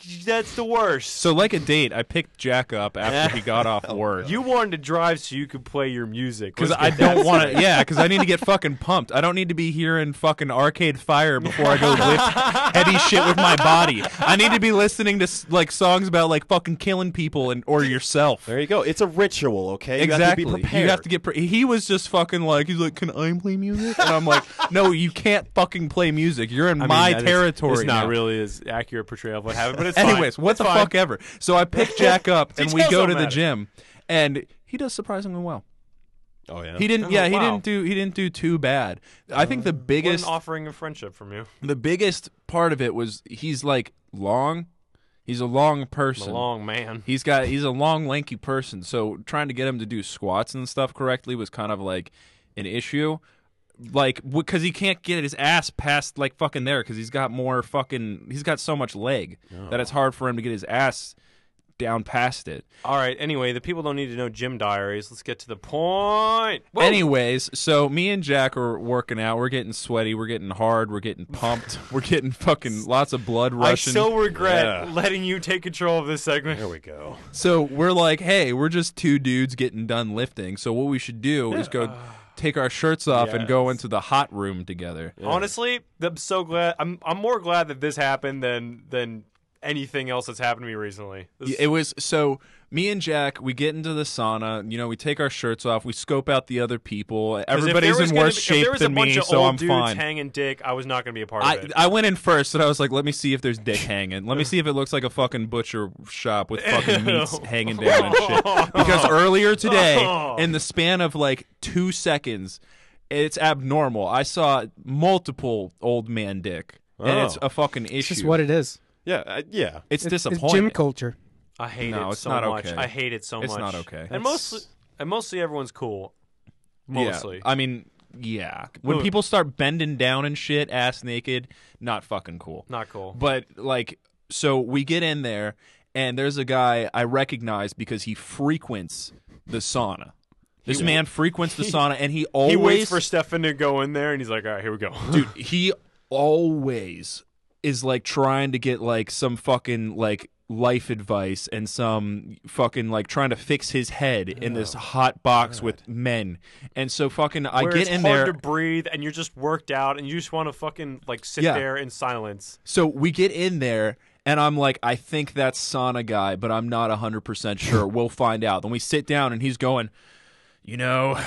S2: c- that's the worst.
S5: so like a date, I picked Jack up after he got
S7: Oh,
S5: off work.
S2: you wanted to drive so you could play your music
S5: Because
S2: Let's
S5: I
S2: get
S5: don't
S2: that
S5: want
S2: straight.
S5: to. Yeah, because I need to get fucking pumped. I don't need to be hearing fucking Arcade Fire before I go lift heavy shit with my body. I need to be listening to s- like songs about like fucking killing people and or yourself.
S3: There you go. It's a ritual, okay?
S5: exactly.
S3: You have to be prepared.
S5: You have to get. Pre- he was just fucking like he's like, can I play music? And I'm like, no, you can't fucking play music. You're in
S2: I mean,
S5: my
S2: that is-
S5: territory.
S2: It's not
S5: now.
S2: really as accurate portrayal of what happened, but it's fine.
S5: Anyways, what
S2: It's
S5: the
S2: fine.
S5: fuck ever. So I pick Jack up and we
S2: Details
S5: go
S2: don't
S5: to the
S2: matter.
S5: gym, and he does surprisingly well.
S3: Oh yeah.
S5: He didn't.
S2: Oh,
S5: yeah, he
S2: wow. Uh,
S5: didn't do. He didn't do too bad. I think the
S2: What
S5: biggest,
S2: an offering of friendship from you.
S5: the biggest part of it was he's like long. He's a long
S2: I'm
S5: person.
S2: a long man.
S5: He's got. He's a long, lanky person. So trying to get him to do squats and stuff correctly was kind of like an issue. Like, because he can't get his ass past like fucking there, because he's got more fucking. He's got so much leg
S2: Oh.
S5: that it's hard for him to get his ass down past it.
S2: All right. Anyway, the people don't need to know gym diaries. Let's get to the point. Whoa.
S5: Anyways, so me and Jack are working out. We're getting sweaty. We're getting hard. We're getting pumped. we're getting fucking lots of blood
S2: I
S5: rushing.
S2: still regret
S3: Yeah.
S2: letting you take control of this segment.
S3: There we go.
S5: so we're like, hey, we're just two dudes getting done lifting. So what we should do is go take our shirts off and go into the hot room together.
S2: Honestly, I'm so glad. I'm I'm more glad that this happened than than anything else that's happened to me recently. This-
S5: It was so me and Jack, we get into the sauna. You know, we take our shirts off. We scope out the other people.
S2: 'cause if
S5: Everybody's
S2: there was
S5: in
S2: gonna
S5: worse
S2: be- if
S5: shape
S2: there was
S5: than
S2: a bunch
S5: me,
S2: of
S5: so
S2: old
S5: I'm
S2: dudes
S5: fine.
S2: Hanging dick, I was not going to be a part of
S5: I,
S2: it.
S5: I went in first and I was like, let me see if there's dick hanging. Let me see if it looks like a fucking butcher shop with fucking meats hanging down and shit. Because earlier today, in the span of like two seconds, it's abnormal. I saw multiple old man dick. And it's
S3: Oh.
S5: a fucking issue.
S7: It's just what it is.
S3: Yeah, I, yeah.
S7: It's,
S5: it's,
S7: it's
S5: disappointing.
S7: gym culture.
S2: I hate
S5: No,
S2: it
S5: it's
S2: so
S5: not
S2: much.
S5: okay.
S2: I hate it so
S5: It's
S2: much.
S5: not okay.
S2: And mostly, and mostly everyone's cool. Mostly.
S5: Yeah. I mean, yeah. When
S2: Look.
S5: people start bending down and shit, ass naked, not fucking cool.
S2: not cool.
S5: But like, so we get in there, and there's a guy I recognize because he frequents the sauna. This man frequents the sauna, and he always
S2: he waits for Stefan to go in there, and he's like, "All right, here we go."
S5: dude. He always is like trying to get like some fucking like life advice and some fucking like trying to fix his head in this hot box with men. And so fucking I
S2: Oh, Where
S5: get
S2: it's
S5: in
S2: hard
S5: there
S2: to breathe, and you're just worked out, and you just want to fucking like sit
S5: Yeah.
S2: there in silence.
S5: So we get in there, and I'm like, I think that's Sauna guy, but I'm not 100% sure. we'll find out. Then we sit down, and he's going, You know,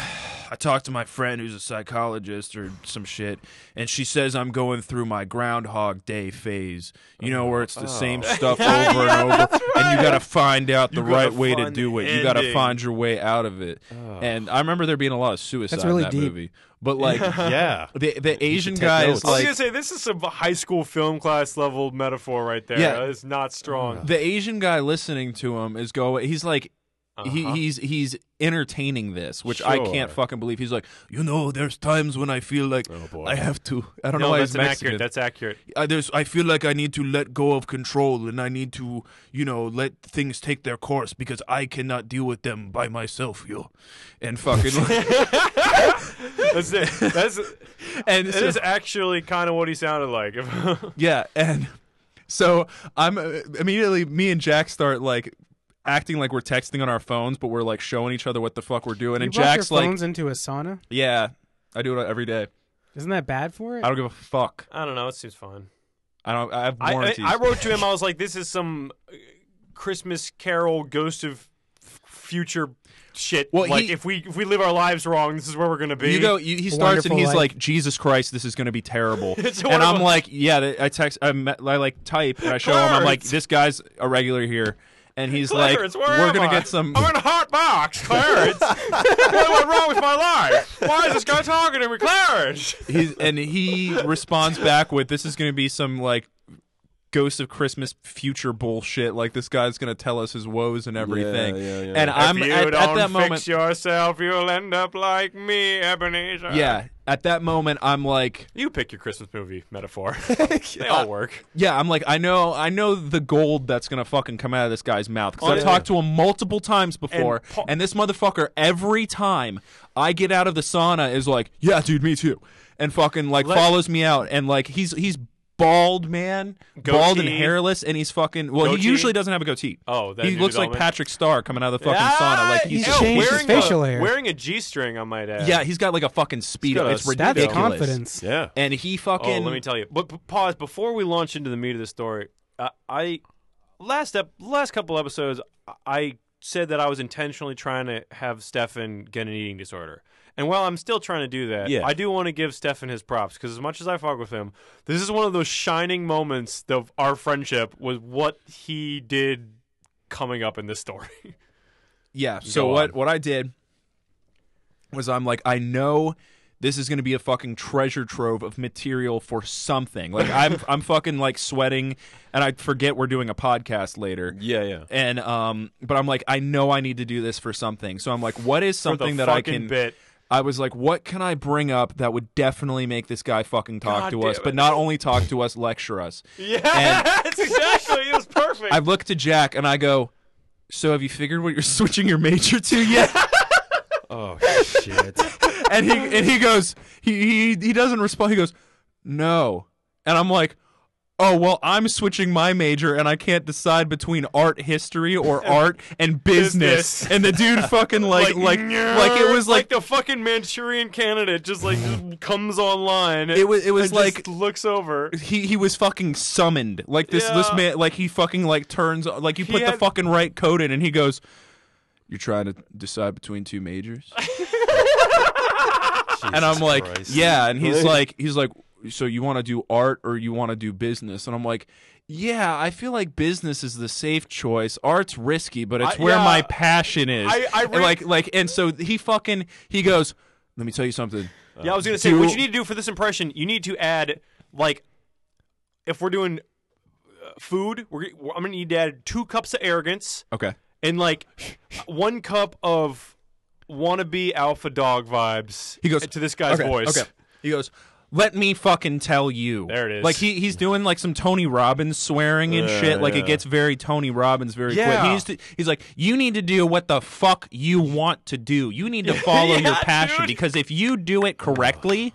S5: I talked to my friend who's a psychologist or some shit, and she says I'm going through my Groundhog Day phase, you know, where it's the same
S2: Oh.
S5: stuff over and over, and you got to find out the
S2: gotta
S5: right way to
S2: find
S5: do
S2: the
S5: it. You got to
S2: ending.
S5: find your way out of it. And I remember there being a lot of suicide
S7: really
S5: in that
S7: deep.
S5: movie. But, like,
S3: Yeah.
S5: the, the Asian guy
S3: notes. I was
S5: is like.
S2: I was gonna say this is some high school film class level metaphor right there.
S5: Yeah.
S2: it's not strong.
S5: the Asian guy listening to him is go. He's like, He,
S2: Uh-huh.
S5: he's he's entertaining this, which I
S2: Sure. Oh,
S5: can't fucking believe. He's like, you know, there's times when I feel like I have to. I don't
S2: No,
S5: know why
S2: that's
S5: he's
S2: inaccurate.
S5: Mexican.
S2: That's accurate.
S5: I, there's, I feel like I need to let go of control and I need to, you know, let things take their course because I cannot deal with them by myself, yo. And fucking,
S2: That's it. That's
S5: and
S2: it
S5: so-
S2: is actually kind of what he sounded like.
S5: yeah, and so I'm uh, immediately, me and Jack start like acting like we're texting on our phones, but we're like showing each other what the fuck we're doing.
S7: You
S5: and
S7: brought
S5: Jack's
S7: your
S5: like,
S7: phones into a sauna.
S5: yeah, I do it every day.
S7: Isn't that bad for it?
S5: I don't give a fuck.
S2: I don't know. It seems fine.
S5: I don't. I have
S2: I, I,
S5: warranties.
S2: I wrote to him. I was like, "This is some uh, Christmas Carol Ghost of f- Future shit.
S5: Well,
S2: like
S5: he-
S2: if we if we live our lives wrong, this is where we're gonna be."
S5: You go. You, he starts and
S7: Wonderful
S5: he's
S7: life.
S5: like, "Jesus Christ, this is going to be terrible."
S2: It's
S5: and I'm
S2: wonderful.
S5: like, "Yeah." th- I text. I, me- I like type and I show him. I'm like,
S2: Clarence.
S5: "This guy's a regular here," and he's
S2: Clarence,
S5: like,
S2: where
S5: "We're
S2: am
S5: gonna
S2: I?
S5: get some."
S2: I'm in a hot box, Clarence. what went wrong with my life? Why is this guy talking to me, Clarence?
S5: he's, and he responds back with, "This is going to be some like." Ghost of Christmas future bullshit. Like this guy's gonna tell us his woes and everything.
S3: yeah, yeah.
S5: And I'm
S2: if you
S5: at, at
S2: don't
S5: that
S2: fix
S5: moment.
S2: yourself, you'll end up like me, Ebenezer.
S5: yeah, at that moment, I'm like,
S2: You pick your Christmas movie metaphor. they all work.
S5: Yeah, I'm like, I know, I know the gold that's gonna fucking come out of this guy's mouth because I've talked to him multiple times before, and,
S2: And Paul-
S5: this motherfucker every time I get out of the sauna is like, yeah, dude, me too, and fucking like
S2: Let-
S5: follows me out, and like he's he's bald man, bald and
S2: Goatee.
S5: hairless, and he's fucking well, he
S2: Goatee.
S5: usually doesn't have a goatee.
S2: Oh, that
S5: he
S2: new
S5: looks like
S2: development.
S5: Patrick Starr coming out of the fucking sauna, like he's,
S7: he's
S5: just-
S7: changed his
S2: wearing
S7: facial
S2: a,
S7: hair.
S2: Wearing a G-string, I might add.
S5: yeah, he's got like a fucking speed.
S2: got a
S5: It's
S2: speedo.
S7: That's
S5: ridiculous.
S7: confidence.
S3: Yeah.
S5: And he
S2: Oh,
S5: fucking.
S2: let me tell you. But, but pause before we launch into the meat of the story. Uh, I last ep- last couple episodes, I- I said that I was intentionally trying to have Stefan get an eating disorder. And while I'm still trying to do that,
S3: Yeah.
S2: I do want to give Stefan his props because as much as I fuck with him, this is one of those shining moments of our friendship was what he did coming up in this story.
S5: Yeah. So
S2: Go
S5: what
S2: on.
S5: what I did was I'm like, I know this is going to be a fucking treasure trove of material for something. Like I'm I'm fucking like sweating, and I forget we're doing a podcast later.
S3: Yeah, yeah.
S5: And um, but I'm like, I know I need to do this for something. So I'm like, what is
S2: For the
S5: something that I
S2: fucking
S5: can?
S2: bit.
S5: I was like, what can I bring up that would definitely make this guy fucking talk
S2: God
S5: to
S2: damn
S5: us, but
S2: it.
S5: not only talk to us, lecture us.
S2: Yeah, that's exactly. It was perfect.
S5: I look to Jack and I go, so have you figured what you're switching your major to yet?
S3: Oh shit.
S5: and he and he goes he, he he doesn't respond he goes no and i'm like oh well i'm switching my major and i can't decide between art history or art and business
S2: Business.
S5: and the dude fucking like like like, it was like,
S2: the fucking Manchurian candidate just like just comes online.
S5: it was it was
S2: and
S5: like
S2: just looks over.
S5: he he was fucking summoned like this this
S2: Yeah.
S5: man like he fucking like turns like you
S2: He
S5: put the
S2: had-
S5: fucking right code in and he goes you're trying to decide between two majors and I'm like, yeah. And he's like, he's like, so you want to do art or you want to do business? And I'm like, yeah, I feel like business is the safe choice. Art's risky, but it's
S2: I-
S5: where
S2: yeah.
S5: my passion is.
S2: I- I
S5: And
S2: re-
S5: like, like, and so he fucking he goes. Let me tell you something.
S2: yeah, I was gonna say what you need to do for this impression. You need to add like, if we're doing uh, food, we're, we're- I'm gonna need to add two cups of arrogance
S5: Okay.
S2: and like one cup of wannabe alpha dog vibes.
S5: He goes
S2: to this guy's
S5: okay,
S2: voice.
S5: Okay. He goes. Let me fucking tell you.
S2: There it is.
S5: Like he he's doing like some Tony Robbins swearing and shit. Like it
S3: yeah.
S5: gets very Tony Robbins very quick.
S2: Yeah.
S5: He used to, he's like, you need to do what the fuck you want to do. You need to follow your passion
S2: dude.
S5: because if you do it correctly.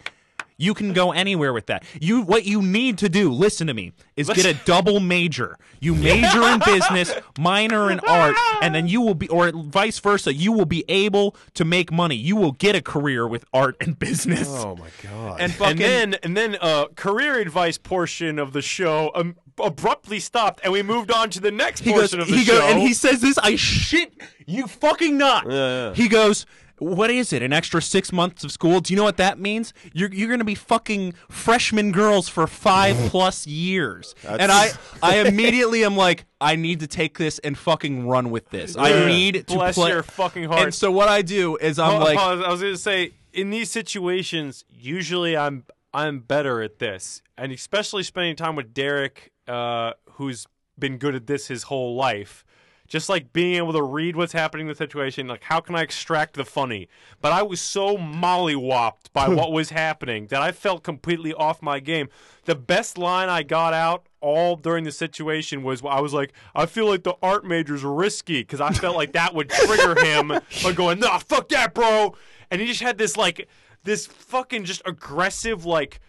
S5: You can go anywhere with that. You what you need to do, listen to me, is get a double major. You major in business, minor in art, and then you will be or vice versa, you will be able to make money. You will get a career with art and business.
S3: Oh my god.
S5: and fucking
S2: and then and then uh, career advice portion of the show um, abruptly stopped, and we moved on to the next
S5: he goes,
S2: portion of the
S5: he
S2: show.
S5: goes, and he says this. I shit you fucking not.
S3: Yeah, yeah.
S5: He goes, what is it? An extra six months of school? Do you know what that means? You're you're gonna be fucking freshman girls for five plus years. And I I immediately am like, I need to take this and fucking run with this. I
S2: Yeah.
S5: need to
S2: Bless
S5: play
S2: your fucking heart.
S5: And so what I do is I'm
S2: Oh,
S5: like,
S2: pause. I was gonna say, in these situations, usually I'm I'm better at this, and especially spending time with Derek, uh, who's been good at this his whole life. Just like being able to read what's happening in the situation, like how can I extract the funny? But I was so mollywopped by what was happening that I felt completely off my game. The best line I got out all during the situation was I was like, I feel like the art major's risky because I felt like that would trigger him by going, nah, fuck that, bro. And he just had this like, this fucking just aggressive like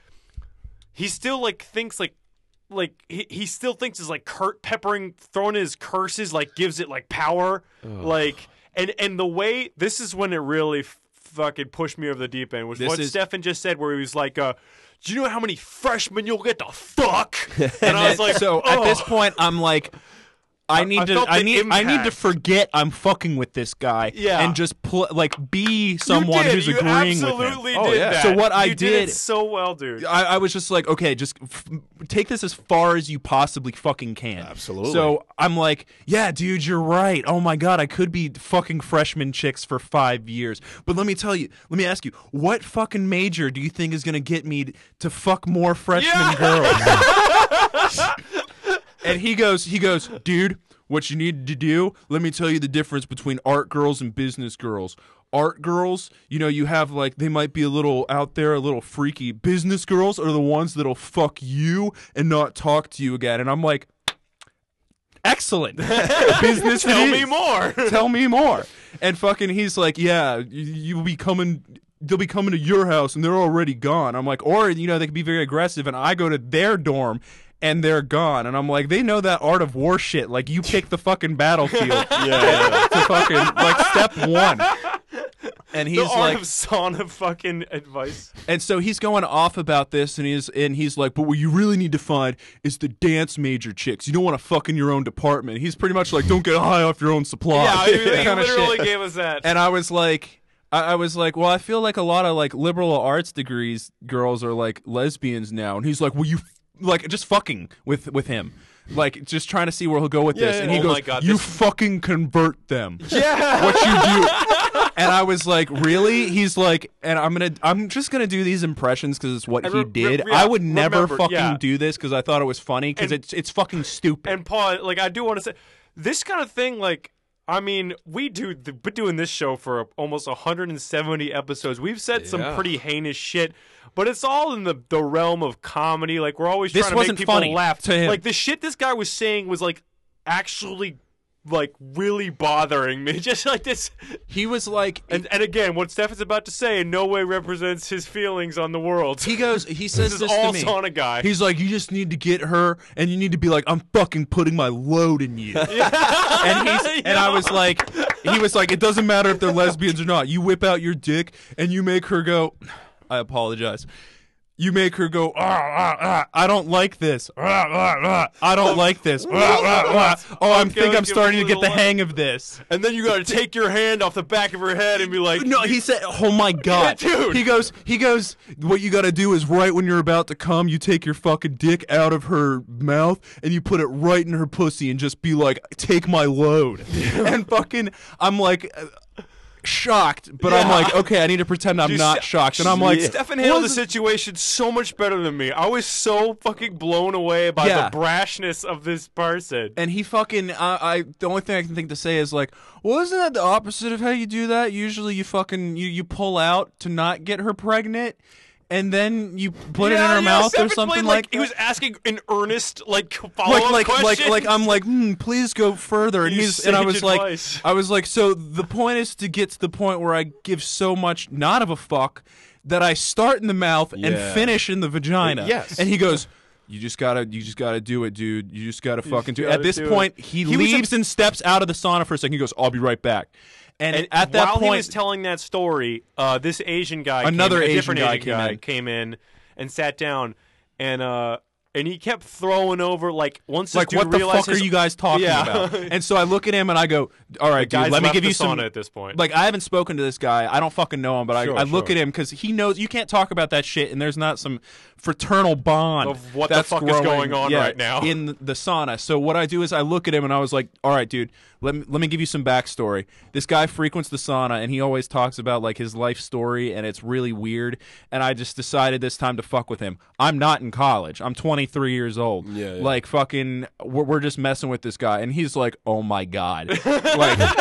S2: he still like thinks like like he, he still thinks is like curt peppering throwing his curses like gives it like power like and and the way this is when it really f- fucking pushed me over the deep end was
S12: This
S2: what
S12: is-
S2: Stefan just said where he was like uh do you know how many freshmen you'll get the fuck and I was like "Oh,
S5: so at this
S2: "Ugh."
S5: point, I'm like, I need
S2: I
S5: to,
S2: felt
S5: I
S2: the
S5: need, I need to
S2: impact.
S5: forget I'm fucking with this guy,
S2: Yeah.
S5: and just pl- like be someone
S2: you did.
S5: who's
S2: you
S5: agreeing with him.
S2: absolutely
S12: Oh,
S2: did
S12: yeah.
S2: that.
S5: So what I
S2: You did, it
S5: did-
S2: so well dude
S5: I, I was just like, okay, just f- take this as far as you possibly fucking can.
S3: Absolutely.
S5: So I'm like, yeah, dude, you're right. Oh my god, I could be fucking freshman chicks for five years. But let me tell you, let me ask you, what fucking major do you think is gonna get me to fuck more freshman girls? and he goes, he goes, dude, what you need to do, let me tell you the difference between art girls and business girls. Art girls, you know, you have like, they might be a little out there, a little freaky. Business girls are the ones that'll fuck you and not talk to you again. And I'm like, excellent. business it
S2: tell me
S5: is.
S2: more
S5: Tell me more. And fucking, he's like, yeah, you- you'll be coming. They'll be coming to your house and they're already gone. I'm like, or you know, they can be very aggressive, and I go to their dorm and they're gone. And I'm like, they know that art of war shit. Like, you pick the fucking battlefield to fucking like step one. And he's
S2: the art
S5: like,
S2: of sauna fucking advice
S5: and so he's going off about this, and he's and he's like, "But what you really need to find is the dance major chicks. You don't want to fuck in your own department." He's pretty much like, "Don't get high off your own supply."
S2: yeah he, he
S5: kinda shit.
S2: literally gave us that
S5: And I was like, I, I was like, well, I feel like a lot of like liberal arts degrees girls are like lesbians now, and he's like, well, you f-, like just fucking with with him. Like just trying to see where he'll go with this, and he
S2: Oh
S5: goes,
S2: my God,
S5: "You
S2: this-
S5: fucking convert them." Yeah, what you do. And I was like, "Really?" He's like, "And I'm gonna, I'm just gonna do these impressions because it's what
S2: And
S5: he
S2: re-
S5: did.
S2: re-
S5: I would never
S2: remember,
S5: fucking
S2: yeah.
S5: do this because I thought it was funny because
S2: And-
S5: it's it's fucking stupid."
S2: and Paul, like I do want to say, this kind of thing, like I mean, we do the, been doing this show for almost 170 episodes. We've said some pretty heinous shit, but it's all in the the realm of comedy. Like we're always
S5: This
S2: trying to make
S5: wasn't
S2: people
S5: funny
S2: laugh.
S5: to him.
S2: Like the shit this guy was saying was like actually like really bothering me. Just like this,
S5: he was like,
S2: and and again, what Stefan's about to say in no way represents his feelings on the world.
S5: He goes. He says
S2: is
S5: this,
S2: all
S5: to me.
S2: Sonic guy.
S5: He's like, you just need to get her, and you need to be like, I'm fucking putting my load in you. and he's, and I was like, he was like, it doesn't matter if they're lesbians or not. You whip out your dick and you make her go. I apologize. You make her go. Ah, ah, ah, I don't like this. Ah, ah, ah, I don't like this. Ah, ah, ah. Oh, I am
S2: Oh. Okay,
S5: think I'm
S2: give
S5: starting
S2: us
S5: to
S2: a
S5: get the
S2: little-
S5: hang of this.
S2: and then you got to take your hand off the back of her head and be like,
S5: No, he said, "Oh my god,
S2: dude.
S5: He goes, he goes. What you got to do is right when you're about to come, you take your fucking dick out of her mouth and you put it right in her pussy and just be like, take my load." and fucking, I'm like. uh, Shocked, but I'm like, okay, I need to pretend I'm
S2: Dude,
S5: not
S2: Ste-
S5: shocked, and I'm like,
S2: Stefan handled the
S5: "What is-
S2: situation so much better than me. I was so fucking blown away by
S5: Yeah.
S2: the brashness of this person.
S5: and he fucking I, I the only thing I can think to say is like, well, isn't that the opposite of how you do that? Usually, you fucking you you pull out to not get her pregnant, and then you put it in her mouth or
S2: Stefan
S5: something
S2: played,
S5: like,
S2: he
S5: that.
S2: was asking an earnest, like follow
S5: like
S2: up
S5: like
S2: question.
S5: like like I'm like, hmm, please go further, and
S2: You
S5: he's and I
S2: saved
S5: was
S2: it
S5: like,
S2: twice.
S5: I was like, so the point is to get to the point where I give so much not of a fuck that I start in the mouth and
S3: Yeah. Uh,
S5: finish in the vagina.
S3: Yes.
S5: and he goes. You just gotta, you just gotta do it, dude. You just gotta fucking do it. At
S2: gotta
S5: this
S2: do it.
S5: point, he,
S2: He was a-
S5: leaves and steps out of the sauna for a second. He goes, "I'll be right back." And,
S2: And
S5: at that
S2: while
S5: point,
S2: he was telling that story, uh, this Asian guy, came-
S5: Another
S2: a
S5: Asian
S2: different
S5: guy
S2: Asian
S5: came
S2: guy
S5: in.
S2: came in and sat down, and uh, and he kept throwing over like once this
S5: like,
S2: dude
S5: what the
S2: realized
S5: fuck are
S2: his-
S5: you guys talking
S2: Yeah.
S5: about? And so I look at him and I go, "All right,
S2: Guys
S5: dude, let me
S2: left
S5: give
S2: the
S5: you some."
S2: sauna at this point.
S5: Like I haven't spoken to this guy. I don't fucking know him, but
S3: Sure,
S5: I, I look
S3: sure.
S5: at him because he knows you can't talk about that shit, and there's not some fraternal bond
S2: Of what the
S5: that's
S2: fuck is
S5: growing,
S2: going on
S5: yeah,
S2: right now.
S5: in the sauna. So what I do is I look at him and I was like, "All right, dude, let me let me give you some backstory. This guy frequents the sauna, and he always talks about like his life story, and it's really weird. And I just decided this time to fuck with him. I'm not in college. I'm 22 23 years old.
S3: Yeah, yeah.
S5: Like fucking, we're, we're just messing with this guy, and he's like, oh my god, like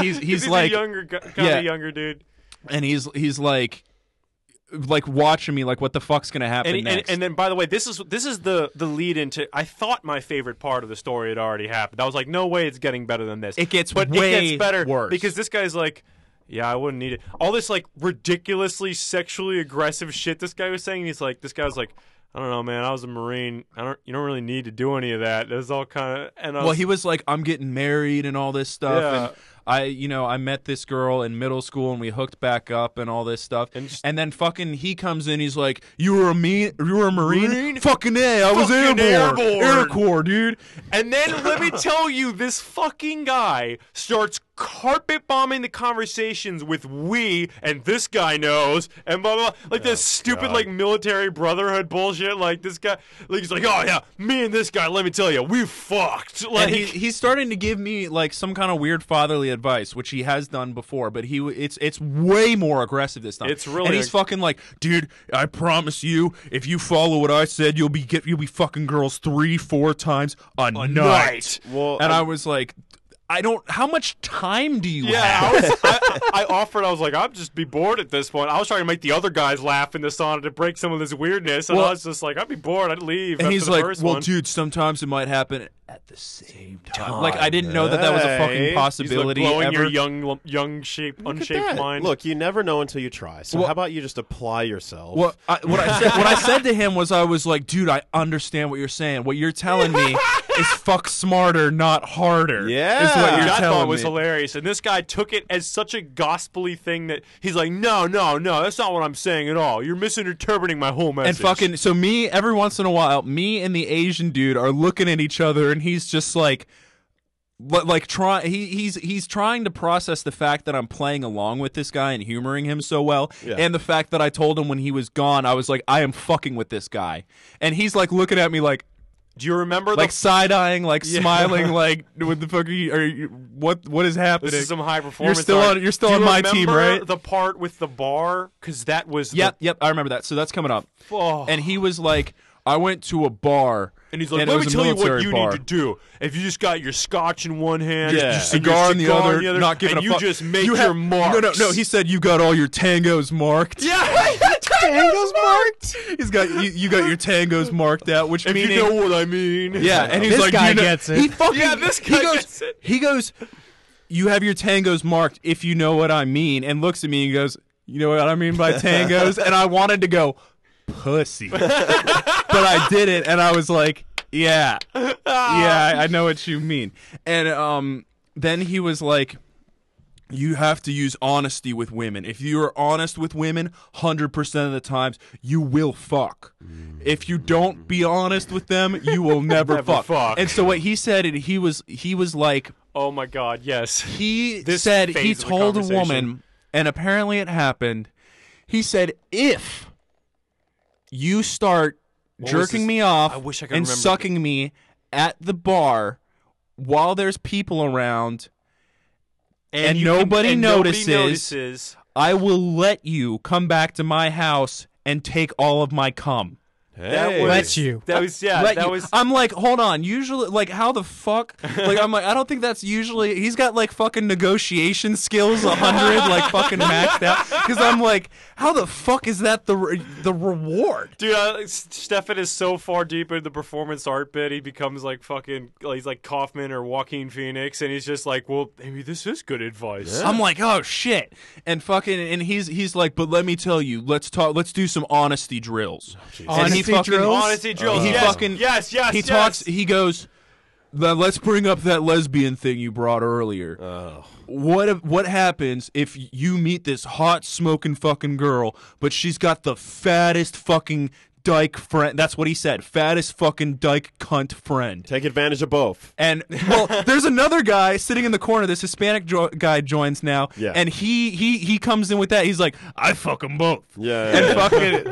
S5: he's he's like
S2: a younger, kind
S5: yeah.
S2: of younger dude.
S5: and he's he's like like watching me like what the fuck's gonna happen
S2: And, he- and
S5: next
S2: and then by the way, this is this is the the lead into. I thought my favorite part of the story had already happened. I was like, no way, it's getting better than this.
S5: It gets
S2: but it
S5: way
S2: gets better
S5: worse.
S2: because this guy's like. Yeah, I wouldn't need it. All this like ridiculously sexually aggressive shit this guy was saying. He's like, this guy was like, I don't know, man. I was a marine. I don't. You don't really need to do any of that. That's all kind of. And I was,
S5: well he was like i'm getting married and all this stuff and i you know i met this girl in middle school and we hooked back up and all this stuff and,
S2: just-
S5: then fucking he comes in he's like you were a mean you were a marine, fucking a i was
S2: Fucking
S5: airborne
S2: airborne."
S5: air corps dude
S2: And then let me tell you, this fucking guy starts carpet bombing the conversations with we and this guy knows and blah blah, blah. like this
S5: Oh,
S2: stupid like military brotherhood bullshit. Like this guy, like he's like, oh yeah, me and this guy. Let me tell you, we fucked. Like
S5: and he, he's starting to give me like some kind of weird fatherly advice, which he has done before, but he w- it's it's way more aggressive this time.
S2: It's really
S5: and he's
S2: ag-
S5: fucking like, dude, I promise you, if you follow what I said, you'll be get you'll be fucking girls three four times a, night.
S2: night.
S5: Well, and I was like, I don't. How much time do you
S2: yeah, I,
S5: have?
S2: was, I, I offered. I was like, I'd just be bored at this point. I was trying to make the other guys laugh in the sauna to break some of this weirdness, and
S5: Well-
S2: I was just like, I'd be bored. I'd leave.
S5: And
S2: after
S5: he's
S2: the
S5: like,
S2: first
S5: well,
S2: one.
S5: dude, sometimes it might happen at the same time. Like I didn't know that that was a fucking
S2: He's like
S5: possibility.
S2: blowing your
S5: ever.
S2: young, young shape, unshaped mind.
S4: Look, you never know until you try. So how about you just apply yourself?
S5: Well, I, what I said, what I said to him was, I was like, dude, I understand what you're saying. What you're telling me is fuck smarter, not harder.
S4: Yeah.
S5: is what you're
S2: That
S5: telling
S2: thought was
S5: me.
S2: hilarious, and this guy took it as such a gospely thing that he's like, "No, no, no, that's not what I'm saying at all. You're misinterpreting my whole message."
S5: And fucking, so me every once in a while, me and the Asian dude are looking at each other, and he's just like. li- Like try he he's he's trying to process the fact that I'm playing along with this guy and humoring him so well, and the fact that I told him when he was gone, I was like, I am fucking with this guy, and he's like looking at me like,
S2: do you remember
S5: like
S2: the?
S5: side eyeing, like smiling, like what the fuck are you? Are you what what is happening?
S2: This is some high performance.
S5: You're still
S2: art.
S5: on. You're still
S2: Do
S5: on
S2: you
S5: my team,
S2: remember
S5: right?
S2: The part with the bar, because that was.
S5: yep,
S2: The,
S5: yep. I remember that. So that's coming up.
S2: Oh.
S5: And he was like, I went to a bar,
S2: and he's like,
S5: it
S2: "Let me
S5: was a
S2: tell you what
S5: military
S2: you
S5: bar.
S2: need to do. If you just got your scotch in one hand,
S5: Yeah.
S2: your
S5: cigar in the
S2: cigar
S5: other,
S2: in the other,
S5: not giving
S2: and
S5: a
S2: you
S5: fuck.
S2: just make
S5: You
S2: your
S5: have-
S2: mark.
S5: No, no, no. He said you got all your tangos marked.
S2: yeah,
S5: tangos marked. He's got you, you got your tangos marked out, which
S2: if
S5: meaning
S2: you know what I mean.
S5: Yeah, and he's
S7: This
S5: like,
S7: guy
S5: you know-
S7: gets it.
S5: He fucking
S2: Yeah, this guy
S5: he goes,
S2: gets it.
S5: He goes, you have your tangos marked if you know what I mean, and looks at me and goes, you know what I mean by tangos, and I wanted to go, pussy, but I didn't, and I was like, yeah, yeah, I, I know what you mean, and um, then he was like. You have to use honesty with women. If you are honest with women, 100% of the times, you will fuck. If you don't be honest with them, you will never, fuck.
S2: fuck.
S5: And so what he said, and he was he was like
S2: Oh my God! Yes.
S5: he
S2: This
S5: said
S2: phase
S5: he
S2: of the
S5: told a
S2: conversation.
S5: woman, and apparently it happened. He said if you start jerking me off
S2: I wish I could
S5: and
S2: remember.
S5: sucking me at the bar while there's people around, And
S2: you can-
S5: nobody
S2: and nobody
S5: notices.
S2: notices.
S5: I will let you come back to my house and take all of my cum.
S2: That was,
S7: Let you.
S2: That was yeah.
S5: Let
S2: that
S5: you-
S2: was
S5: I'm like, hold on. Usually, like, how the fuck? Like, I'm like, I don't think that's usually. He's got like fucking negotiation skills, a hundred, like fucking maxed out. Because I'm like, how the fuck is that the re- the reward?
S2: dude. I, Stefan is so far deep in the performance art bit, he becomes like fucking. Like, he's like Kaufman or Joaquin Phoenix, and he's just like, well, maybe this is good advice.
S5: I'm like, oh shit, and fucking, and he's he's like, but let me tell you, let's talk, let's do some honesty drills. and he
S7: Oh, Honesty
S5: fucking,
S7: drills?
S2: Honesty drills.
S5: he
S2: yes,
S5: fucking-
S2: yes, yes.
S5: he
S2: yes.
S5: talks he goes "Now let's bring up that lesbian thing you brought earlier
S7: Oh.
S5: what if- what happens if you meet this hot smoking fucking girl but she's got the fattest fucking dyke friend that's what he said fattest fucking dyke cunt friend
S4: Take advantage of both.
S5: and well, there's another guy sitting in the corner. This Hispanic jo- guy joins now,
S4: Yeah.
S5: and he he he comes in with that. He's like, "I fuck them both."
S4: Yeah,
S5: and
S4: yeah,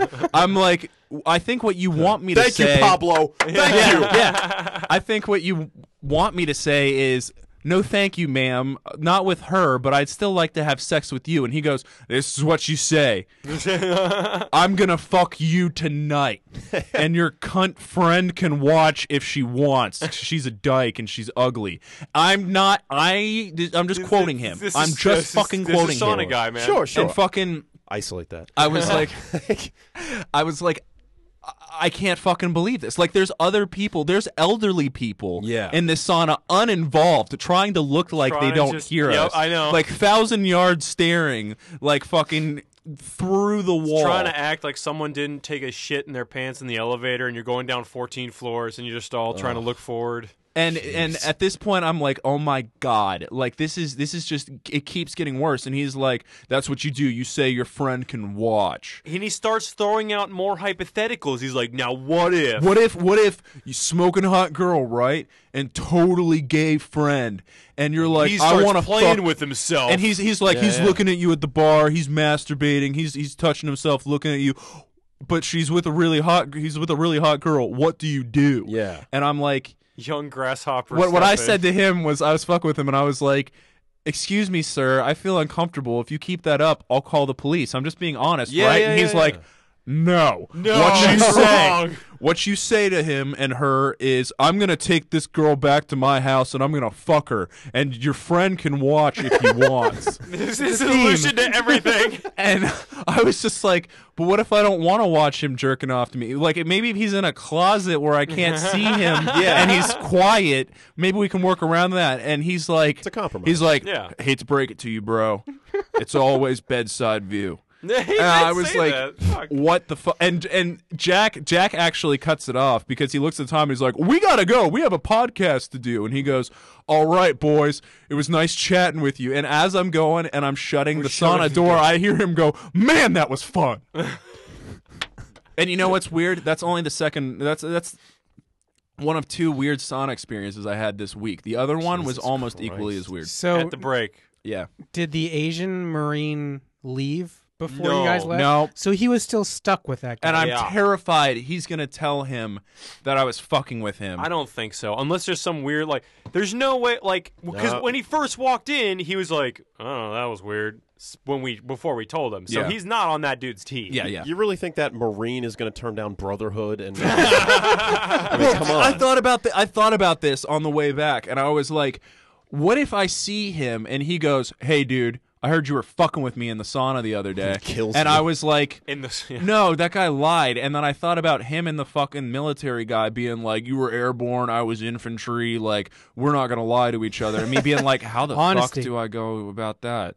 S5: fucking, I'm like, I think what you want me to
S4: Thank
S5: say,
S4: you, Pablo. Thank
S5: yeah,
S4: you.
S5: yeah. I think what you want me to say is "No, thank you, ma'am. Not with her, but I'd still like to have sex with you." And he goes, "This is what you say. I'm gonna fuck you tonight, and your cunt friend can watch if she wants. 'cause She's a dyke and she's ugly. I'm not. I. I'm just quoting him.
S2: This
S5: I'm
S2: is-
S5: just
S2: this
S5: fucking
S2: is,
S5: quoting
S2: this is Sauna
S5: him.
S2: guy, man.
S3: Sure, sure.
S5: And fucking,
S3: Isolate that.
S5: I was like, I was like, I- I can't fucking believe this. Like, there's other people, there's elderly people
S3: Yeah.
S5: in this sauna, uninvolved, trying to look like
S2: Trying
S5: they
S2: to
S5: don't
S2: just-
S5: hear
S2: yep,
S5: us.
S2: I know.
S5: Like, thousand yards staring, like fucking through the wall.
S2: Trying to act like someone didn't take a shit in their pants in the elevator, and you're going down 14 floors, and you're just all trying to look forward.
S5: and and at this point i'm like oh my god like this is this is just it keeps getting worse and he's like that's what you do you say your friend can watch
S2: And he starts throwing out more hypotheticals. He's like, "Now what if?"
S5: what if what if you smoking hot girl right and totally gay friend and you're like
S2: he
S5: i
S2: starts
S5: want to
S2: playing
S5: fuck
S2: with himself.
S5: and he's he's like he's looking at you at the bar he's masturbating he's he's touching himself looking at you but she's with a really hot he's with a really hot girl what do you do
S3: Yeah.
S5: and i'm like
S2: young grasshopper.
S5: what what I
S2: Stefan.
S5: said to him was I was fucking with him and I was like, "Excuse me, sir, I feel uncomfortable. If you keep that up, I'll call the police. I'm just being honest,
S2: Yeah,
S5: right?"
S2: yeah,
S5: and he's
S2: yeah,
S5: like, "No,
S2: No,
S5: what you
S2: that's
S5: say,
S2: wrong.
S5: what you say to him and her is, I'm gonna take this girl back to my house and I'm gonna fuck her, and your friend can watch if he wants."
S2: This is the solution to everything.
S5: and I was just like, but what if I don't want to watch him jerking off to me? Like, it- maybe if he's in a closet where I can't see him and he's quiet, maybe we can work around that. And he's like, it's a
S3: compromise.
S5: He's like,
S2: Yeah.
S5: hate to break it to you, bro. It's always bedside view.
S2: He did
S5: And I was
S2: say
S5: like,
S2: that. Fuck.
S5: what the fuck? And and Jack Jack actually cuts it off because he looks at Tom. And he's like, we gotta go. We have a podcast to do. And he goes, all right, boys. It was nice chatting with you. And as I'm going and I'm shutting the sauna door, I hear him go, man, that was fun. and you know what's weird? That's only the second. That's that's. One of two weird sauna experiences I had this week. The other one was almost equally as weird.
S7: So
S2: at the break.
S5: Yeah.
S7: did the Asian Marine leave before
S2: No,
S7: you guys left?
S5: no.
S7: So he was still stuck with that guy.
S5: And I'm
S2: Yeah.
S5: terrified he's going to tell him that I was fucking with him.
S2: I don't think so. Unless there's some weird like, there's no way like because
S3: No.
S2: when he first walked in, he was like, "Oh, that was weird." s- When we before we told him, so
S5: Yeah.
S2: he's not on that dude's team.
S5: Yeah, yeah.
S3: You really think that Marine is going to turn down Brotherhood and? I mean, come on.
S5: I thought about th- I thought about this on the way back, and I was like, "What if I see him and he goes, "Hey, dude, I heard you were fucking with me in the sauna the other day,"
S3: Kills
S5: and
S3: you.
S5: I was like.
S2: In the yeah.
S5: No, that guy lied. And then I thought about him and the fucking military guy being like, "You were airborne, I was infantry. Like, we're not gonna lie to each other." And me being like, "How the
S7: Honesty.
S5: fuck do I go about that?"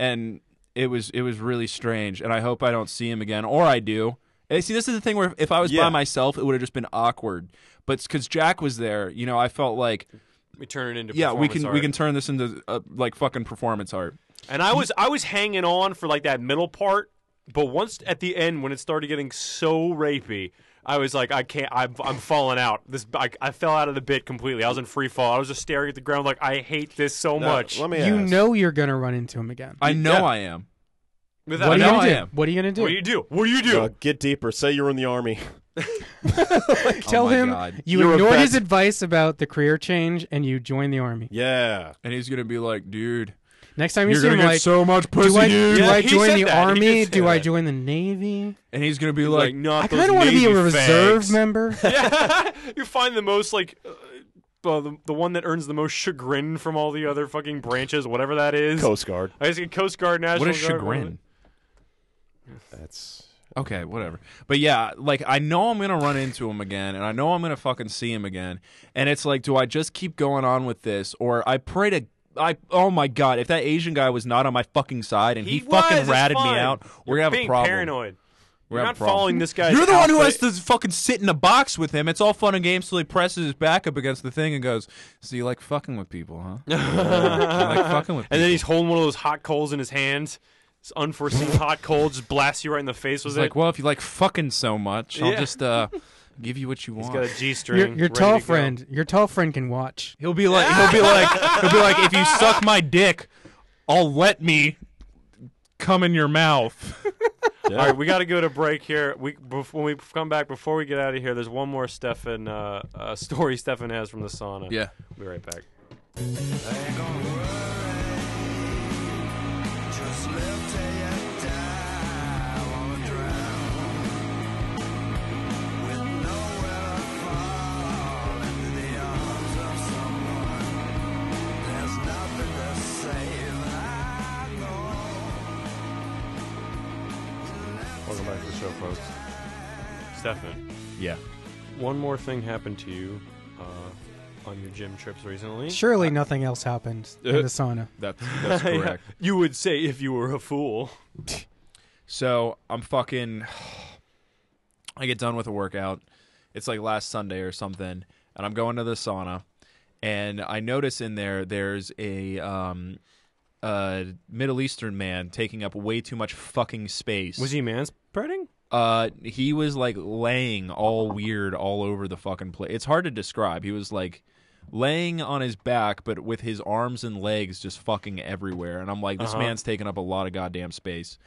S5: And it was it was really strange. And I hope I don't see him again, or I do. And see, this is the thing where if, if I was by
S3: Yeah.
S5: myself, it would have just been awkward. But because Jack was there, you know, I felt like,
S2: we turn it into
S5: yeah, we can
S2: performance
S5: we
S2: art.
S5: can turn this into uh, like fucking performance art.
S2: And I was I was hanging on for like that middle part, but once at the end when it started getting so rapey, I was like, I can't. I'm, I'm falling out. This I, I fell out of the bit completely. I was in free fall. I was just staring at the ground like I hate this so
S3: Now,
S2: much.
S3: Let me
S7: you
S3: ask.
S7: know you're gonna run into him again.
S5: I know
S3: yeah.
S5: I am.
S2: Without-
S7: what are you
S5: know
S7: gonna
S5: I
S7: do?
S5: am.
S7: What are you gonna do?
S2: what do you do? What do you do?
S3: Uh, get deeper. Say you're in the army.
S7: Tell
S5: my
S7: him
S5: God.
S7: you
S3: You're a
S7: ignored his
S3: vet.
S7: advice about the career change and you joined the army.
S3: Yeah.
S5: And he's gonna be like, dude,
S7: Next time you
S5: you're
S7: see
S5: gonna
S7: him,
S5: get
S7: like,
S5: so much pussy,
S7: do I,
S5: dude.
S7: do
S2: Yeah,
S7: I
S2: he
S7: join
S2: said
S7: the
S2: that. He
S7: army?
S2: did say
S7: Do I
S2: that.
S7: join the navy?
S5: And he's gonna be
S2: like,
S5: like,
S2: not
S7: I
S2: kind of
S7: want to be a reserve member.
S2: yeah, you find the most like. Uh, uh, the, the one that earns the most chagrin from all the other fucking branches, whatever that is.
S3: Coast Guard.
S2: I guess Coast Guard, National
S5: what is
S2: Guard, whatever.
S5: chagrin?
S3: That's.
S5: Okay, whatever. But yeah, like I know I'm gonna run into him again, and I know I'm gonna fucking see him again. And it's like, do I just keep going on with this, or I pray to? I oh my god, if that Asian guy was not on my fucking side and he,
S2: He was,
S5: fucking
S2: it's
S5: ratted me
S2: fine.
S5: out,
S2: You're
S5: we're gonna have
S2: being
S5: a problem.
S2: paranoid.
S5: We're
S2: You're not
S5: gonna have a problem.
S2: following this guy.
S5: You're the one who has to fucking sit in a box with him. It's all fun and games till he presses his back up against the thing and goes, "So you like fucking with people, huh? You like fucking with."
S2: And then he's holding one of those hot coals in his hands. This unforeseen hot coal just blasts you right in the face with
S5: It's like,
S2: it.
S5: well, if you like fucking so much, I'll
S2: Yeah.
S5: just uh, give you what you
S2: He's
S5: want.
S2: got a G string.
S7: Your, your tall friend, your tall friend can watch.
S5: He'll be like, he'll be like, he'll be like, if you suck my dick, I'll let me come in your mouth.
S2: All right, we got to go to break here. We bef- when we come back before we get out of here, there's one more Stefan uh, uh, story Stefan has from the sauna.
S5: Yeah.
S2: We'll be right back. Welcome back to the show, folks. Stefan,
S5: Yeah.
S2: one more thing happened to you uh, on your gym trips recently.
S7: Surely nothing else happened in the sauna.
S5: That's that's
S2: Yeah,
S5: correct.
S2: You would say if you were a fool.
S5: So I'm fucking. I get done with a workout. It's like last Sunday or something, and I'm going to the sauna, and I notice in there there's a um, a Middle Eastern man taking up way too much fucking space.
S2: Was he manspreading?
S5: Uh, he was like laying all weird all over the fucking place. It's hard to describe. He was like laying on his back, but with his arms and legs just fucking everywhere. And I'm like, this
S2: Uh-huh.
S5: man's taking up a lot of goddamn space.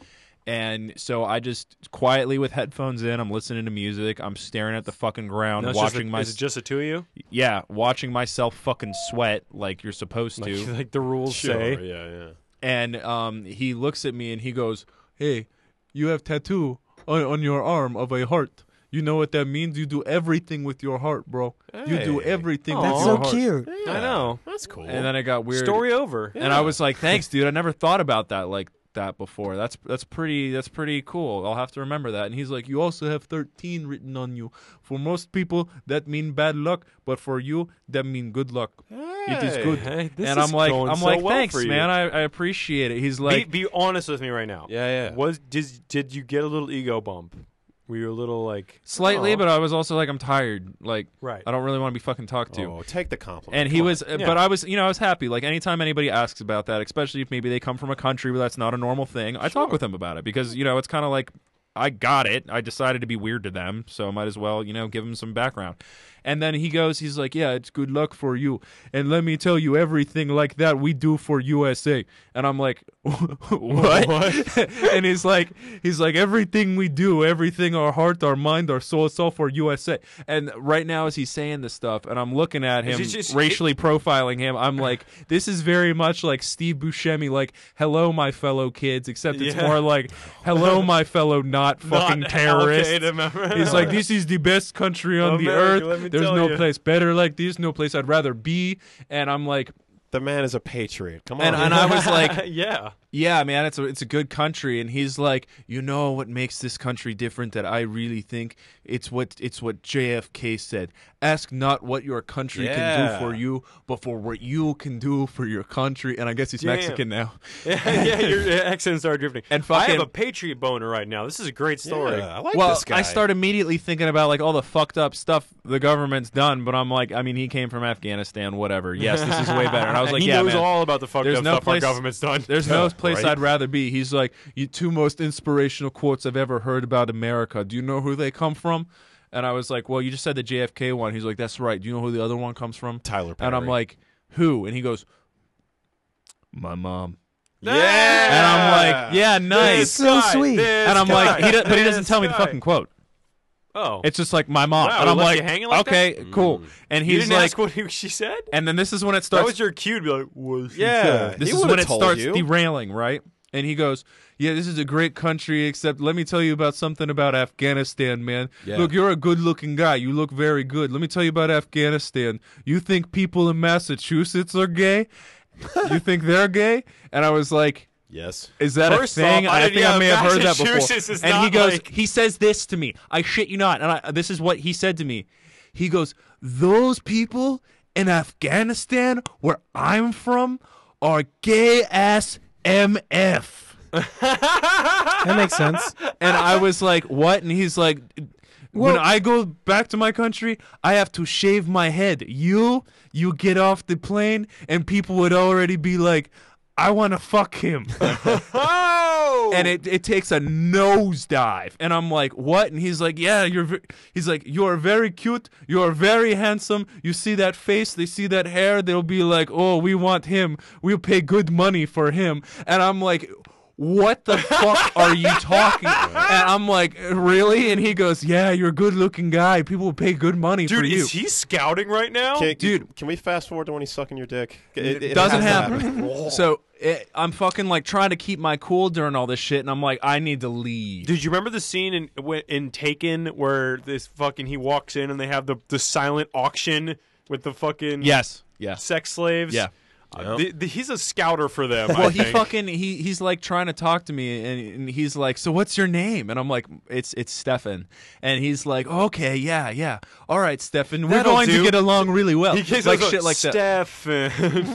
S5: And so I just quietly with headphones in, I'm listening to music. I'm staring at the fucking ground,
S2: No, it's just
S5: watching
S2: the-
S5: my
S2: Is it just the two of you?
S5: yeah, watching myself fucking sweat like you're supposed to
S2: Like, like the rules say.
S4: yeah, yeah.
S5: and um, he looks at me and he goes,
S9: Hey, you have tattoo on, on your arm of a heart. You know what that means? You do everything with your heart, bro. You do
S4: Hey.
S9: everything
S2: That's
S9: with
S2: so
S9: your heart.
S7: cute.
S2: I know.
S4: That's cool.
S5: and then it got weird.
S2: Story over.
S5: And I was like, "Thanks, dude. I never thought about that like that before. That's that's pretty that's pretty cool. I'll have to remember that." And he's like,
S9: You also have 13 written on you. For most people, that mean bad luck, but for you, that mean good luck. It is good.
S2: Hey, this
S5: "And
S2: is
S5: I'm like,
S2: going
S5: I'm
S2: so
S5: like,
S2: well
S5: thanks,
S2: for you.
S5: man. I, I appreciate it." He's like,
S2: be, be honest with me right now.
S4: yeah, yeah.
S2: Was did did you get a little ego bump? Were you a little like
S5: "Slightly,
S2: "Oh,
S5: but I was also like, I'm tired. Like,
S2: right?
S5: I don't really want to be fucking talked to."
S4: Oh, take the compliment.
S5: And he
S4: Come
S5: was,
S4: on.
S5: uh
S2: Yeah.
S5: but I was, you know, I was happy. Like anytime anybody asks about that, especially if maybe they come from a country where that's not a normal thing, I talk with them about it because you know it's kind of like I got it. I decided to be weird to them, so I might as well, you know, give them some background. And then he goes, he's like, "Yeah, it's good luck for you." And let me tell you, everything like that we do for USA. And I'm like, "What?" and he's like, he's like, "Everything we do, everything our heart, our mind, our soul, it's all for USA." And right now, as he's saying this stuff, and I'm looking at him,
S2: it just-
S5: racially profiling him, I'm like, "This is very much like Steve Buscemi, like, hello, my fellow kids," except it's
S2: Yeah.
S5: more like, "Hello, my fellow not fucking
S2: Not
S5: terrorists."
S2: Al-Qaeda member.
S5: He's like, this is the best country on
S2: America,
S5: the
S2: let me
S5: earth. There's
S2: tell
S5: no
S2: you."
S5: place better like this. No place I'd rather be. And I'm like, "Oh,
S4: the man is a patriot. Come on.
S5: and, and I was like,
S2: yeah.
S5: yeah, man, it's a it's a good country. And he's like, you know what makes this country different? That I really think it's what it's what JFK said. Ask not what your country can
S4: Yeah.
S5: do for you, but for what you can do for your country. And I guess he's
S2: Damn.
S5: Mexican now.
S2: yeah, your accents are drifting.
S5: And
S2: I
S5: fucking-
S2: have a patriot boner right now. This is a great story.
S4: yeah, I like
S5: well,
S4: this guy.
S5: I start immediately thinking about like all the fucked up stuff the government's done, but I'm like, I mean, he came from Afghanistan, whatever. Yes, this is way better. And I was like,
S2: he
S5: yeah,
S2: knows
S5: man.
S2: all about the fucked
S5: There's
S2: up
S5: no
S2: stuff
S5: place-
S2: our government's done.
S5: There's no place
S4: right?
S5: I'd rather be. He's like, you two most inspirational quotes I've ever heard about America. Do you know who they come from? And I was like, well, you just said the JFK one. He's like, that's right. Do you know who the other one comes from?
S4: Tyler Perry.
S5: And I'm like, who? And he goes, my mom.
S4: yeah.
S5: And I'm like, yeah, nice.
S7: So sweet.
S5: And I'm like, he do- but he doesn't tell me the fucking quote.
S2: Oh,
S5: It's just like my mom,
S2: Wow,
S5: and I'm
S2: he left
S5: like,
S2: you hanging like Mm.
S5: okay, cool. And
S2: you
S5: he's
S2: didn't
S5: like,
S2: ask what he, she said.
S5: and then this is when it
S2: That
S5: starts.
S2: was your cue to be like, "Was she
S4: yeah.
S5: this
S4: he
S5: is
S4: would've
S5: when it
S4: told
S5: starts
S4: you.
S5: derailing, right? And he goes, "Yeah, this is a great country, except let me tell you about something about Afghanistan, man.
S4: Yeah.
S5: Look, you're a good-looking guy. You look very good. Let me tell you about Afghanistan. You think people in Massachusetts are gay? you think they're gay?" And I was like,
S4: yes.
S5: is that
S2: First
S5: a thing?
S2: off, I
S5: I
S2: didn't
S5: think I
S2: know
S5: may have heard that
S2: Massachusetts is
S5: before. And he
S2: not
S5: goes,
S2: like-
S5: he says this to me. I shit you not. And I, this is what he said to me. He goes, those people in Afghanistan, where I'm from, are gay ass MF.
S7: That makes sense.
S5: And I was like, what? And he's like, when
S7: Well-
S5: I go back to my country, I have to shave my head. You, you get off the plane, and people would already be like, I want to fuck him.
S2: Oh,
S5: and it, it takes a nosedive and i'm like what and he's like yeah you're ve-. he's like you're very cute you're very handsome you see that face they see that hair they'll be like oh we want him we'll pay good money for him and i'm like what the fuck are you talking? And I'm like, really? And he goes, yeah, you're a good looking guy. People will pay good money for
S2: Dude,
S5: you.
S2: is he scouting right now?
S3: Can,
S5: dude.
S3: Can we fast forward to when he's sucking your dick? It, it
S5: doesn't
S3: has to
S5: happen. so it, I'm fucking like trying to keep my cool during all this shit, and I'm like, I need to leave.
S2: Dude, you remember the scene in when- in Taken where this fucking he walks in and they have the the silent auction with the fucking
S5: yes, yes.
S2: sex slaves?
S5: Yeah.
S2: Uh, the- the- he's a scouter for them. I
S5: Well, he
S2: think.
S5: fucking he he's like trying to talk to me, and, and he's like, "So what's your name?" And I'm like, "It's it's Stefan," and he's like, "Okay, yeah, yeah, all right, Stefan, we're
S2: That'll
S5: going
S2: do."
S5: to get along really well."
S2: He gives
S5: like
S2: us a-
S5: shit like that.
S2: Stefan.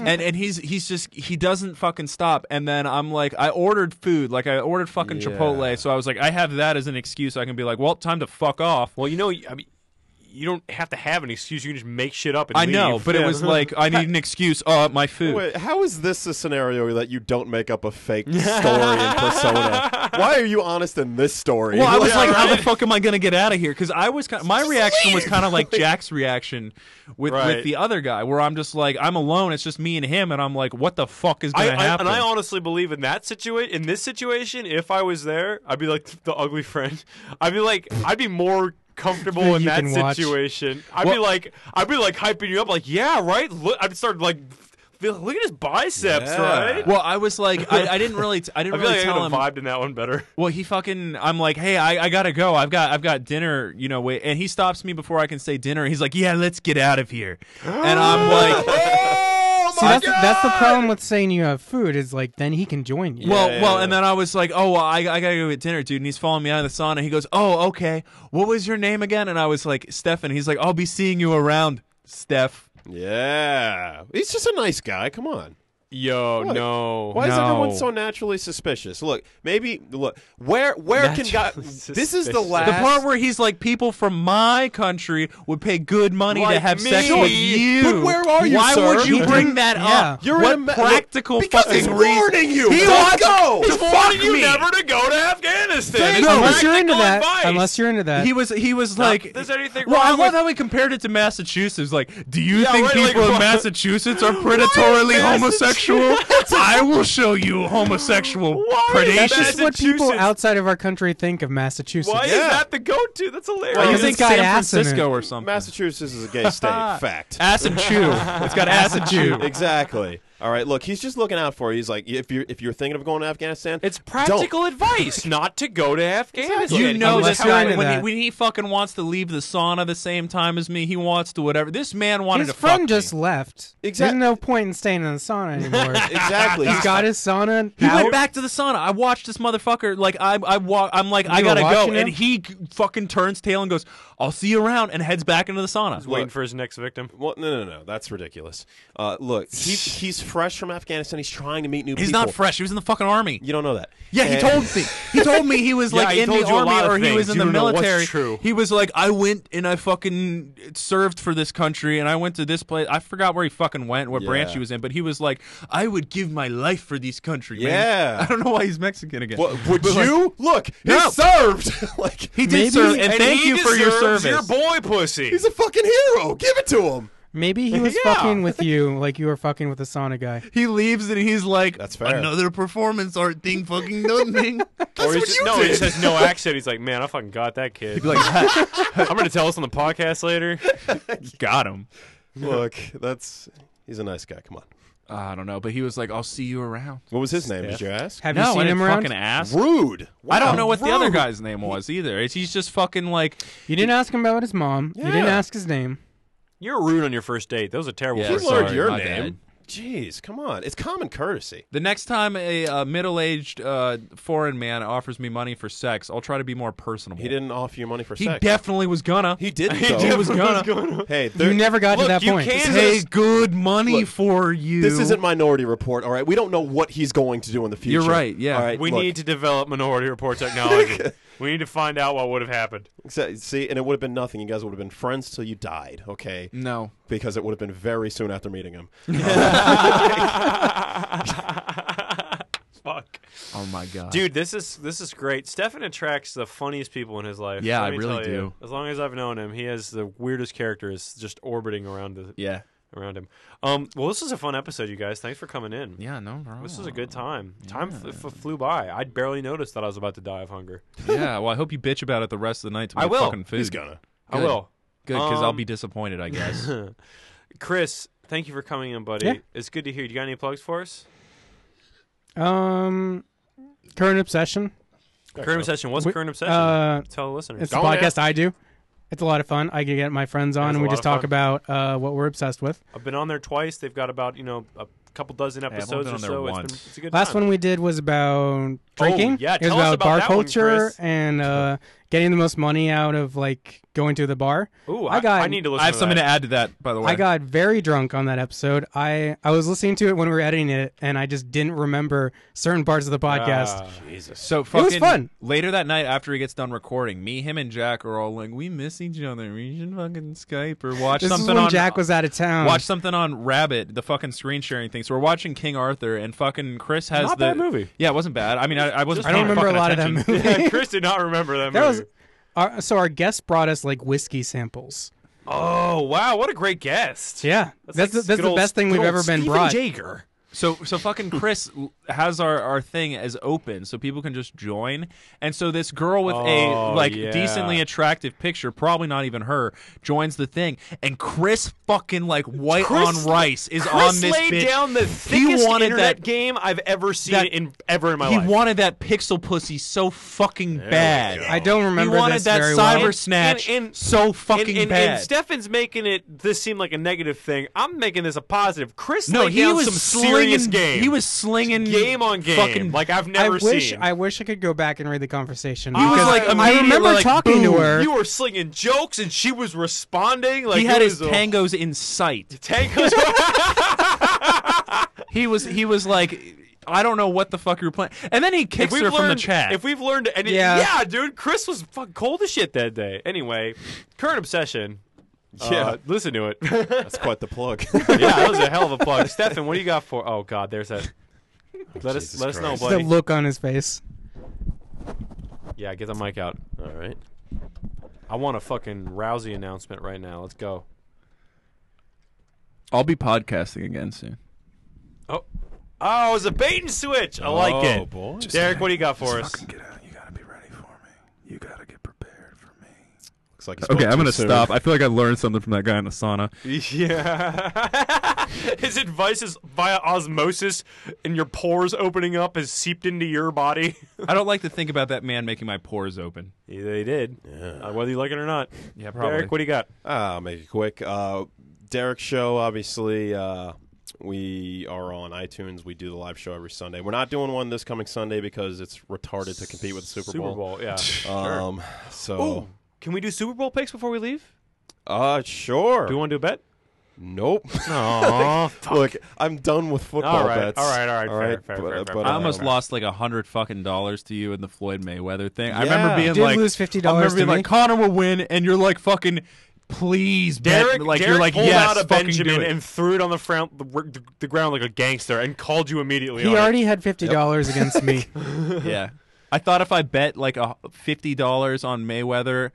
S5: and and he's he's just he doesn't fucking stop. And then I'm like, I ordered food, like I ordered fucking Chipotle, so I was like, I have that as an excuse. I can be like, well, time to fuck off.
S2: well, you know, I mean, you don't have to have an excuse. You can just make shit up. And
S5: I know,
S2: leave.
S5: but it
S2: Yeah.
S5: was like I need an excuse. Uh, my food.
S3: Wait, how is this a scenario that you don't make up a fake story and persona? Why are you honest in this story?
S5: Well, I was
S3: Yeah,
S5: like, how
S3: right.
S5: the fuck am I gonna get out of here? Because I was kind my reaction was kind of like Jack's reaction with
S2: Right.
S5: with the other guy, where I'm just like, I'm alone. It's just me and him, and I'm like, what the fuck is
S2: I,
S5: gonna
S2: I,
S5: happen?
S2: and I honestly believe in that situation. In this situation, if I was there, I'd be like the ugly friend. I'd be like, I'd be more comfortable in
S7: You
S2: that
S7: can watch.
S2: situation. I'd be
S5: Well-
S2: like, I'd be like hyping you up, like, yeah, right. Look, I'd start like, f- look at his biceps, right?
S5: well, I was like, I, I didn't really, t- I
S2: I
S5: didn't
S2: feel
S5: really
S2: like I
S5: tell
S2: could
S5: him.
S2: have vibed in that one better.
S5: Well, he fucking. I'm like, hey, I, I gotta go. I've got I've got dinner. You know, wait. And he stops me before I can say dinner. He's like, yeah, let's get out of here. And I'm like,
S7: See, that's, that's the problem with saying you have food is like then he can join you.
S5: well, well. And then I was like, oh, well, I, I gotta go get dinner, dude. And he's following me out of the sauna. He goes, oh, okay. What was your name again? And I was like, Stefan. He's like, I'll be seeing you around, Steph.
S3: yeah. He's just a nice guy. Come on.
S2: Yo,
S3: What?
S2: no.
S3: Why is everyone
S5: no.
S3: so naturally suspicious? Look, maybe look where where can God?
S2: Naturally
S3: This is the
S2: suspicious.
S3: last
S5: The part where he's like, people from my country would pay good money to
S2: Like
S5: have
S2: me.
S5: sex with you.
S3: But where are you,
S5: Why
S3: sir?
S5: would you
S3: He
S5: bring
S7: didn't-
S5: that
S7: yeah.
S5: up?
S3: You're
S5: what
S3: in a ma-
S5: practical
S3: because
S5: fucking
S3: he's
S5: reason?
S3: warning you.
S5: He
S3: Don't
S5: wants
S3: go.
S5: to fuck
S2: Warning you
S5: me.
S2: never to go to Afghanistan. It's
S7: unless you're into
S2: practical
S7: that,
S2: advice.
S7: unless you're into that,
S5: He was he was like
S2: there's anything
S5: Well, I
S2: wrong
S5: love
S2: with-
S5: how he compared it to Massachusetts. Like, do you
S2: Yeah,
S5: think
S2: right, like,
S5: people
S2: what-
S5: in Massachusetts are predatorily homosexual? I will show you homosexual
S2: Why is
S5: predation.
S7: that's just what people
S2: Massachusetts-
S7: outside of our country think of Massachusetts.
S2: Why is
S3: Yeah.
S2: that the go-to? That's hilarious.
S7: Why
S5: you
S7: it's
S5: think
S7: got
S5: San
S7: ass in it.
S5: Francisco or something?
S3: Massachusetts is a gay state. Fact.
S5: ass and chew. It's got ass and chew.
S3: Exactly. All right. Look, he's just looking out for you. He's like, if you're if you're thinking of going to Afghanistan,
S2: It's practical advice not to go to Afghanistan.
S5: You know
S7: Unless
S5: this
S7: you're
S5: guy
S7: into
S5: when he,
S7: that.
S5: when he fucking wants to leave the sauna the same time as me, he wants to whatever. This man wanted
S7: His
S5: to
S7: friend
S5: fuck
S7: just
S5: me.
S7: left.
S3: Exact-
S7: There's no point in staying in the sauna anymore.
S3: exactly.
S7: He's got his sauna.
S5: He
S7: out.
S5: went back to the sauna. I watched this motherfucker. Like I, I wa- I'm like I
S7: were
S5: gotta go,
S7: watching him?
S5: and he g- fucking turns tail and goes, "I'll see you around," and heads back into the sauna.
S2: waiting for his next victim.
S3: Well, no, no, no. That's ridiculous. Uh, look, he, he's fresh from Afghanistan. He's trying to meet new
S5: He's
S3: people.
S5: not fresh. He was in the fucking army.
S3: You don't know that.
S5: Yeah, he
S3: And-
S5: told me. He told me he was
S2: Yeah,
S5: like
S2: he
S5: in
S2: told
S5: the
S2: you a lot
S5: army
S2: of
S5: or he
S2: things.
S5: was in
S2: You
S5: the
S2: don't know what's
S5: military.
S2: true.
S5: He was like, I went and I fucking served for this country and I went to this place. I forgot where he fucking went, what branch
S3: Yeah.
S5: he was in, but he was like, I would give my life for this country. man."
S3: Yeah.
S5: I don't know why he's Mexican again.
S3: What, would you look? He
S5: No.
S3: served. like
S5: He did
S7: Maybe-
S5: serve, and,
S2: And
S5: thank
S2: he
S5: you for your
S2: deserves
S5: service.
S2: Your boy pussy.
S3: he's a fucking hero. Give it to him.
S7: Maybe he was fucking with you like you were fucking with the sauna guy.
S5: he leaves and he's like,
S3: That's fair.
S5: Another performance art thing, fucking nothing.
S2: or he's just, no, he just has no accent. He's like, man, I fucking got that kid. I'm gonna tell us on the podcast later.
S5: Got him.
S3: Look, that's he's a nice guy. Come on.
S5: I don't know, but he was like, I'll see you around.
S3: What was his name? Did you ask?
S7: Have
S2: Oh,
S5: no,
S7: you
S5: I
S7: seen
S5: didn't
S7: him around?
S5: fucking ask.
S3: Rude.
S5: I don't know what the other
S3: Rude.
S5: guy's name was either. It's, he's just fucking like
S7: You didn't ask him about his mom. You didn't
S3: Yeah.
S7: ask his name.
S2: You're rude on your first date. That was a terrible
S5: Yeah.
S3: He
S2: first
S5: Sorry,
S3: learned your
S5: my
S3: name. Jeez, come on. It's common courtesy.
S5: the next time a uh, middle-aged uh, foreign man offers me money for sex, I'll try to be more personable.
S3: He didn't offer you money for
S5: He
S3: sex.
S5: definitely was gonna.
S3: He didn't.
S5: He
S3: though.
S5: was gonna
S3: Hey,
S7: You
S3: there-
S7: never got
S2: Look,
S7: to that
S2: you
S7: point.
S2: can't-
S5: pay good money
S3: Look,
S5: for you.
S3: This isn't Minority Report, all right? We don't know what he's going to do in the future.
S5: You're right, yeah.
S3: All
S2: date.
S3: right,
S2: We
S3: look,
S2: need to develop Minority Report technology. we need to find out what would have happened.
S3: exa- See, and it would have been nothing. You guys would have been friends till you died, okay?
S5: no.
S3: Because it would have been very soon after meeting him.
S2: Fuck,
S5: Oh my god,
S2: dude, this is this is great. Stefan attracts the funniest people in his life.
S5: Yeah,
S2: let
S5: I
S2: me
S5: really
S2: tell you.
S5: do.
S2: As long as I've known him, he has the weirdest characters just orbiting around the
S5: Yeah,
S2: around him. Um, well, this was a fun episode, you guys. Thanks for coming in.
S5: Yeah, no problem.
S2: This was a good time. Time f- f- flew by. I barely noticed that I was about to die of hunger.
S5: yeah, well, I hope you bitch about it the rest of the night to
S2: I
S5: make
S2: will.
S5: fucking food.
S4: He's gonna.
S2: I
S5: Good.
S2: will.
S5: Good, because I'll
S2: Um,
S5: be disappointed, I guess.
S2: Chris, thank you for coming in, buddy.
S7: Yeah.
S2: It's good to hear. You got any plugs for us?
S7: Um, current obsession.
S2: Current obsession. What's
S7: We-
S2: current obsession?
S7: Uh,
S2: Tell the listeners.
S7: it's the podcast I do. It's a lot of fun. I can get my friends on,
S2: That's
S7: and
S2: a
S7: we
S2: lot
S7: just
S2: of
S7: talk
S2: fun.
S7: about uh, what we're obsessed with.
S2: I've been on there twice. They've got about you know a couple dozen
S5: I've only
S2: episodes
S5: been
S2: or
S5: on there
S2: so. It's,
S5: once.
S2: been, it's a good
S7: Last
S2: time.
S7: one we did was about drinking.
S2: yeah,
S7: it was
S2: tell us
S7: about,
S2: about
S7: bar
S2: that one,
S7: culture
S2: Chris.
S7: and uh, getting the most money out of like going to the bar.
S2: Ooh,
S7: I
S2: I,
S7: got-
S2: I need to listen.
S5: I have
S2: to
S5: something
S2: that.
S5: to add to that, by the way.
S7: I got very drunk on that episode. I I was listening to it when we were editing it, and I just didn't remember certain parts of the podcast.
S2: Ah.
S5: so
S7: was
S5: fucking
S7: fun.
S5: Later that night, after he gets done recording, me, him, and Jack are all like, "We miss each other. We should fucking Skype or watch
S7: this is
S5: something
S7: when
S5: on
S7: Jack was out of town.
S5: watch something on Rabbit, the fucking screen sharing thing. So we're watching King Arthur, and fucking Chris has
S2: Not
S5: the
S2: bad movie.
S5: Yeah, it wasn't bad. I mean, I, I wasn't.
S7: I don't
S5: paying
S7: remember a
S5: fucking
S7: lot
S5: attention.
S7: of that movie.
S2: Yeah, Chris did not remember that movie.
S7: that was our, so our guest brought us like whiskey samples.
S2: oh wow, what a great guest.
S7: Yeah, that's
S2: like
S7: the, that's
S2: good
S7: the
S2: old-
S7: best thing we've ever been brought.
S5: Jager. So so fucking Chris l- has our, our thing as open so people can just join. And so this girl with
S2: Oh,
S5: a like
S2: yeah.
S5: decently attractive picture, probably not even her, joins the thing and Chris fucking like white
S2: Chris-
S5: on rice is
S2: Chris
S5: on this
S2: laid
S5: bitch.
S2: down the thickest
S5: wanted
S2: internet
S5: that-
S2: game I've ever seen
S5: that-
S2: in ever in my
S5: he
S2: life.
S5: wanted that pixel pussy so fucking bad.
S7: I don't remember
S5: he wanted
S7: this
S5: that
S7: very
S5: cyber
S7: well.
S5: snatch
S2: And- and-
S5: so fucking
S2: and, and,
S5: bad.
S2: and Stefan's making it this seem like a negative thing. I'm making this a positive. Chris
S5: no,
S2: laid
S5: he
S2: down
S5: was
S2: some
S5: slinging.
S2: serious game.
S5: He was slinging
S2: game on game,
S5: Fucking
S2: like I've
S7: I
S2: never
S7: wish
S2: seen.
S7: I wish I could go back and read the conversation.
S5: He was
S7: because
S5: like
S7: I remember
S5: immediately, like,
S7: talking to
S5: boom.
S7: her.
S2: you were slinging jokes and she was responding. Like
S5: he had
S2: it
S5: his
S2: was a-
S5: tangos in sight.
S2: Tangos.
S5: He was he was like, I don't know what the fuck you were playing. And then he
S2: if
S5: kicks
S2: we've
S5: her
S2: learned,
S5: from the chat.
S2: if we've learned, and yeah.
S7: Yeah.
S2: yeah, dude, Chris was fucking cold as shit that day. Anyway, current obsession.
S3: Yeah.
S2: uh, listen to it. yeah,
S3: That's quite the plug.
S2: that was a hell of a plug. Stefan, what do you got for? Oh God, there's that. Let us
S3: Jesus
S2: let us know,
S3: Christ.
S7: the
S2: buddy.
S7: look on his face.
S2: yeah, get the mic out.
S3: All right.
S2: I want a fucking Rousey announcement right now. Let's go.
S5: I'll be podcasting again soon.
S2: Oh, oh, it was a bait and switch. I
S7: Oh,
S2: like it.
S3: boy.
S2: Derek, what do you got for us?
S9: Get out. You gotta be ready for me. You gotta get prepared for me.
S3: Looks like you
S5: Okay,
S3: spoke
S5: I'm
S3: too
S5: gonna
S3: soon.
S5: stop. I feel like I learned something from that guy in the sauna.
S2: Yeah. His advice is via osmosis, and your pores opening up has seeped into your body.
S5: I don't like to think about that man making my pores open.
S2: Yeah, they did. Uh, whether you like it or not.
S5: Yeah,
S2: Derek, what do you got?
S3: Ah, I'll make it quick. Uh, Derek's show, obviously, uh, we are on iTunes. We do the live show every Sunday. We're not doing one this coming Sunday because it's retarded to compete with the Super,
S2: Super Bowl, yeah. sure.
S3: Um, so,
S2: Ooh, can we do Super Bowl picks before we leave?
S3: uh, sure.
S2: Do you want to do a bet?
S3: nope.
S2: No.
S3: Look, I'm done with football
S2: All right,
S3: bets.
S2: all right, all right, fair, fair,
S3: but,
S2: fair,
S3: but,
S2: fair.
S5: I almost
S3: uh,
S5: lost like a hundred fucking dollars to you in the Floyd Mayweather thing. I
S3: Yeah.
S5: remember being
S7: Did
S5: like,
S7: lose $50
S5: I remember
S7: to
S5: being
S7: me.
S5: like, Connor will win, and you're like, fucking, please, bet."
S2: Derek,
S5: Like
S2: Derek
S5: you're like,
S2: pulled
S5: yes,
S2: out a
S5: fucking do
S2: Benjamin
S5: it.
S2: and threw it on the, front, the, the, the ground like a gangster and called you immediately
S7: He
S2: on it.
S7: already had fifty dollars against me.
S5: yeah. I thought if I bet like a fifty dollars on Mayweather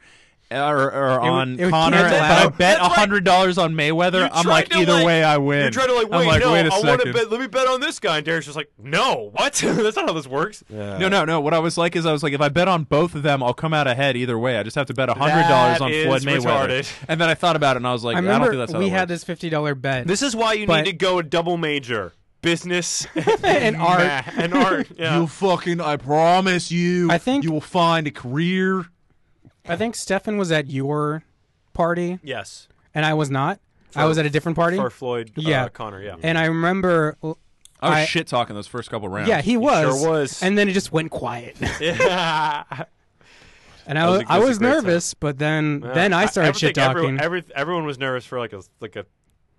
S5: or, or
S7: would-
S5: on
S7: it would
S5: Connor,
S7: cancel
S5: but
S7: out.
S5: I bet
S2: That's right.
S5: hundred dollars on Mayweather,
S2: You
S5: I'm
S2: tried
S5: like
S2: to,
S5: either
S2: like-
S5: way I win.
S2: You're trying to like, wait,
S5: I'm like,
S2: no,
S5: wait a
S2: I want to
S5: second.
S2: bet. Let me bet on this guy. And Derek's just like, no, what? That's not how this works.
S3: yeah.
S5: No, no, no. What I was like is I was like, if I bet on both of them, I'll come out ahead either way. I just have to bet hundred dollars
S2: That
S5: on
S2: is
S5: Floyd Mayweather.
S2: retarded.
S5: And then I thought about it, and I was like,
S7: I
S5: I, don't think
S7: remember
S5: that's how
S7: we
S5: that
S7: had
S5: works.
S7: this fifty dollar bet.
S2: This is why you
S7: But-
S2: need to go a double major: business
S7: and art.
S2: math, and art. Yeah.
S5: You fucking, I promise you.
S7: I think-
S5: you will find a career.
S7: I think Stefan was at your party
S2: yes,
S7: and I was not. I was at a different party.
S2: for Floyd.
S7: Yeah.
S2: uh, Connor. Yeah.
S7: and I remember l-
S5: I was
S7: I-
S5: Oh, shit talking those first couple rounds.
S7: yeah, he was.
S2: sure was.
S7: And then it just went quiet.
S2: Yeah.
S7: and I
S2: was
S7: was,
S2: a-
S7: I
S2: was a
S7: was
S2: great time.
S7: nervous, but then then I started
S2: ever
S7: shit
S2: think Uh, everyone-
S7: talking.
S2: Every, everyone was nervous for like a like a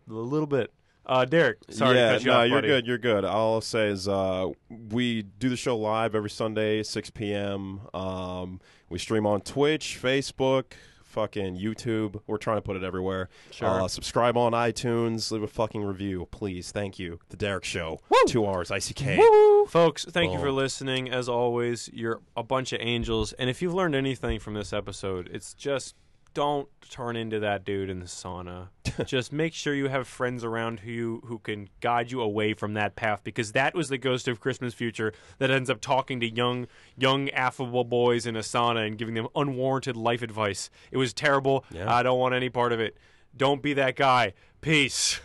S2: little bit. Uh, Derek, sorry
S3: yeah,
S2: to cut you
S3: no,
S2: off,
S3: you're
S2: buddy.
S3: good. You're good. All I'll say is uh, we do the show live every Sunday, 6 p.m. Um, we stream on Twitch, Facebook, fucking YouTube. We're trying to put it everywhere.
S2: Sure.
S3: Uh, subscribe on iTunes. Leave a fucking review, please. Thank you. The Derek Show. Two R's. ICK.
S2: Folks, thank you for
S3: Boom.
S2: listening. As always, you're a bunch of angels. And if you've learned anything from this episode, it's just don't turn into that dude in the sauna. Just make sure you have friends around who you, who can guide you away from that path because that was the ghost of Christmas future that ends up talking to young young affable boys in a sauna and giving them unwarranted life advice. It was terrible. I don't want any part of it. Don't be that guy. Peace.